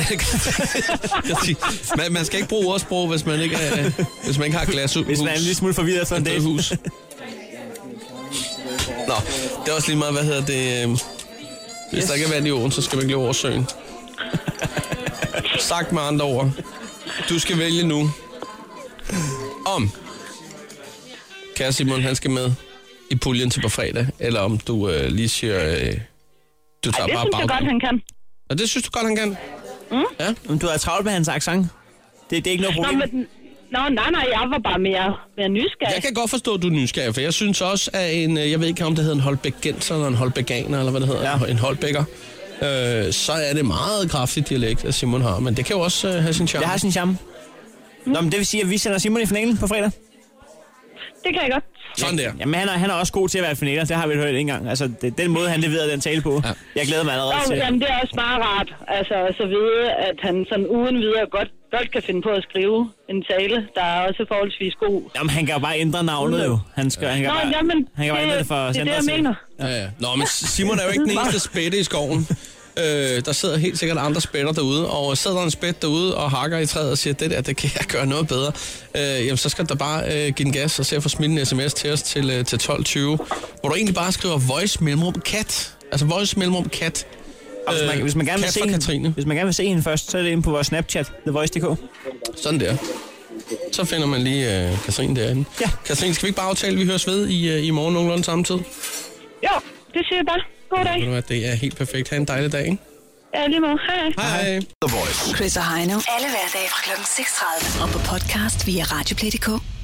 [SPEAKER 3] men man, man, skal ikke bruge ordsprog, hvis man ikke, er, hvis man ikke har glas
[SPEAKER 4] Hvis man ligesom er en lille smule forvirret efter en dag.
[SPEAKER 3] Hus. Nå, det er også lige meget, hvad hedder det... øhm, Hvis yes. der ikke er vand i åen, så skal man ikke løbe over søen. Sagt med andre ord. Du skal vælge nu. Om kære Simon, han skal med i puljen til på fredag, eller om du øh, lige siger, øh, du
[SPEAKER 10] Ej,
[SPEAKER 3] tager
[SPEAKER 10] det
[SPEAKER 3] bare
[SPEAKER 10] synes jeg godt,
[SPEAKER 3] bagdelen.
[SPEAKER 10] han kan.
[SPEAKER 3] Og det synes du godt, han kan?
[SPEAKER 10] Mm?
[SPEAKER 3] Ja.
[SPEAKER 4] Men du har travlt med hans accent. Det, det er ikke noget
[SPEAKER 10] Nå,
[SPEAKER 4] problem.
[SPEAKER 10] men, nå, nej, nej, jeg var bare mere, mere nysgerrig.
[SPEAKER 3] Jeg kan godt forstå, at du er nysgerrig, for jeg synes også, at en, øh, jeg ved ikke om det hedder en Holbækgenser eller en Holbækaner, eller hvad det hedder, ja. en Holbækker, øh, så er det meget kraftig dialekt, at Simon har, men det kan jo også øh, have sin charme.
[SPEAKER 4] Det har sin charme. Nå, men det vil sige, at vi sender Simon i finalen på fredag.
[SPEAKER 10] Det kan jeg godt.
[SPEAKER 3] Sådan der.
[SPEAKER 4] Jamen, han er, han er også god til at være finale, det har vi hørt en gang. Altså, det, den måde, han leverede den tale på. Ja. Jeg glæder mig allerede
[SPEAKER 10] Nå,
[SPEAKER 4] til.
[SPEAKER 10] jamen, det er også meget rart, altså at så vide, at han sådan uden videre godt, godt kan finde på at skrive en tale, der er også forholdsvis god.
[SPEAKER 4] Jamen, han kan jo bare ændre navnet jo. Han, skal, han kan
[SPEAKER 10] Nå,
[SPEAKER 4] bare,
[SPEAKER 10] jamen,
[SPEAKER 4] han kan bare
[SPEAKER 10] det-
[SPEAKER 4] ændre det for
[SPEAKER 10] det er det,
[SPEAKER 4] Sandra
[SPEAKER 10] jeg
[SPEAKER 4] til.
[SPEAKER 10] mener.
[SPEAKER 3] Ja, ja. Nå, men Simon er jo ikke den eneste spætte i skoven. Øh, der sidder helt sikkert andre spætter derude, og sidder der en spæt derude og hakker i træet og siger, det der, det kan jeg gøre noget bedre, øh, jamen så skal du da bare øh, give den gas og se at få smidt en sms til os til, øh, til 12.20, hvor du egentlig bare skriver voice mellemrum cat. Altså voice mellemrum cat.
[SPEAKER 4] Og hvis man, hvis man gerne vil
[SPEAKER 3] kat
[SPEAKER 4] se
[SPEAKER 3] fra
[SPEAKER 4] hende, hvis man gerne vil se hende først, så er det inde på vores Snapchat, TheVoice.dk.
[SPEAKER 3] Sådan der. Så finder man lige øh, Katrin derinde. Ja. Katrin, skal vi ikke bare aftale, at vi høres ved i, øh, i morgen nogenlunde samme tid?
[SPEAKER 10] Jo, det siger jeg bare. God dag.
[SPEAKER 3] Ved du hvad, Det er helt perfekt. Ha' en dejlig dag, ikke?
[SPEAKER 10] Ja, lige måde. Hej.
[SPEAKER 3] Hej. The Voice.
[SPEAKER 2] Chris og Heino. Alle hverdage fra kl. 6.30. Og på podcast via RadioPlay.dk.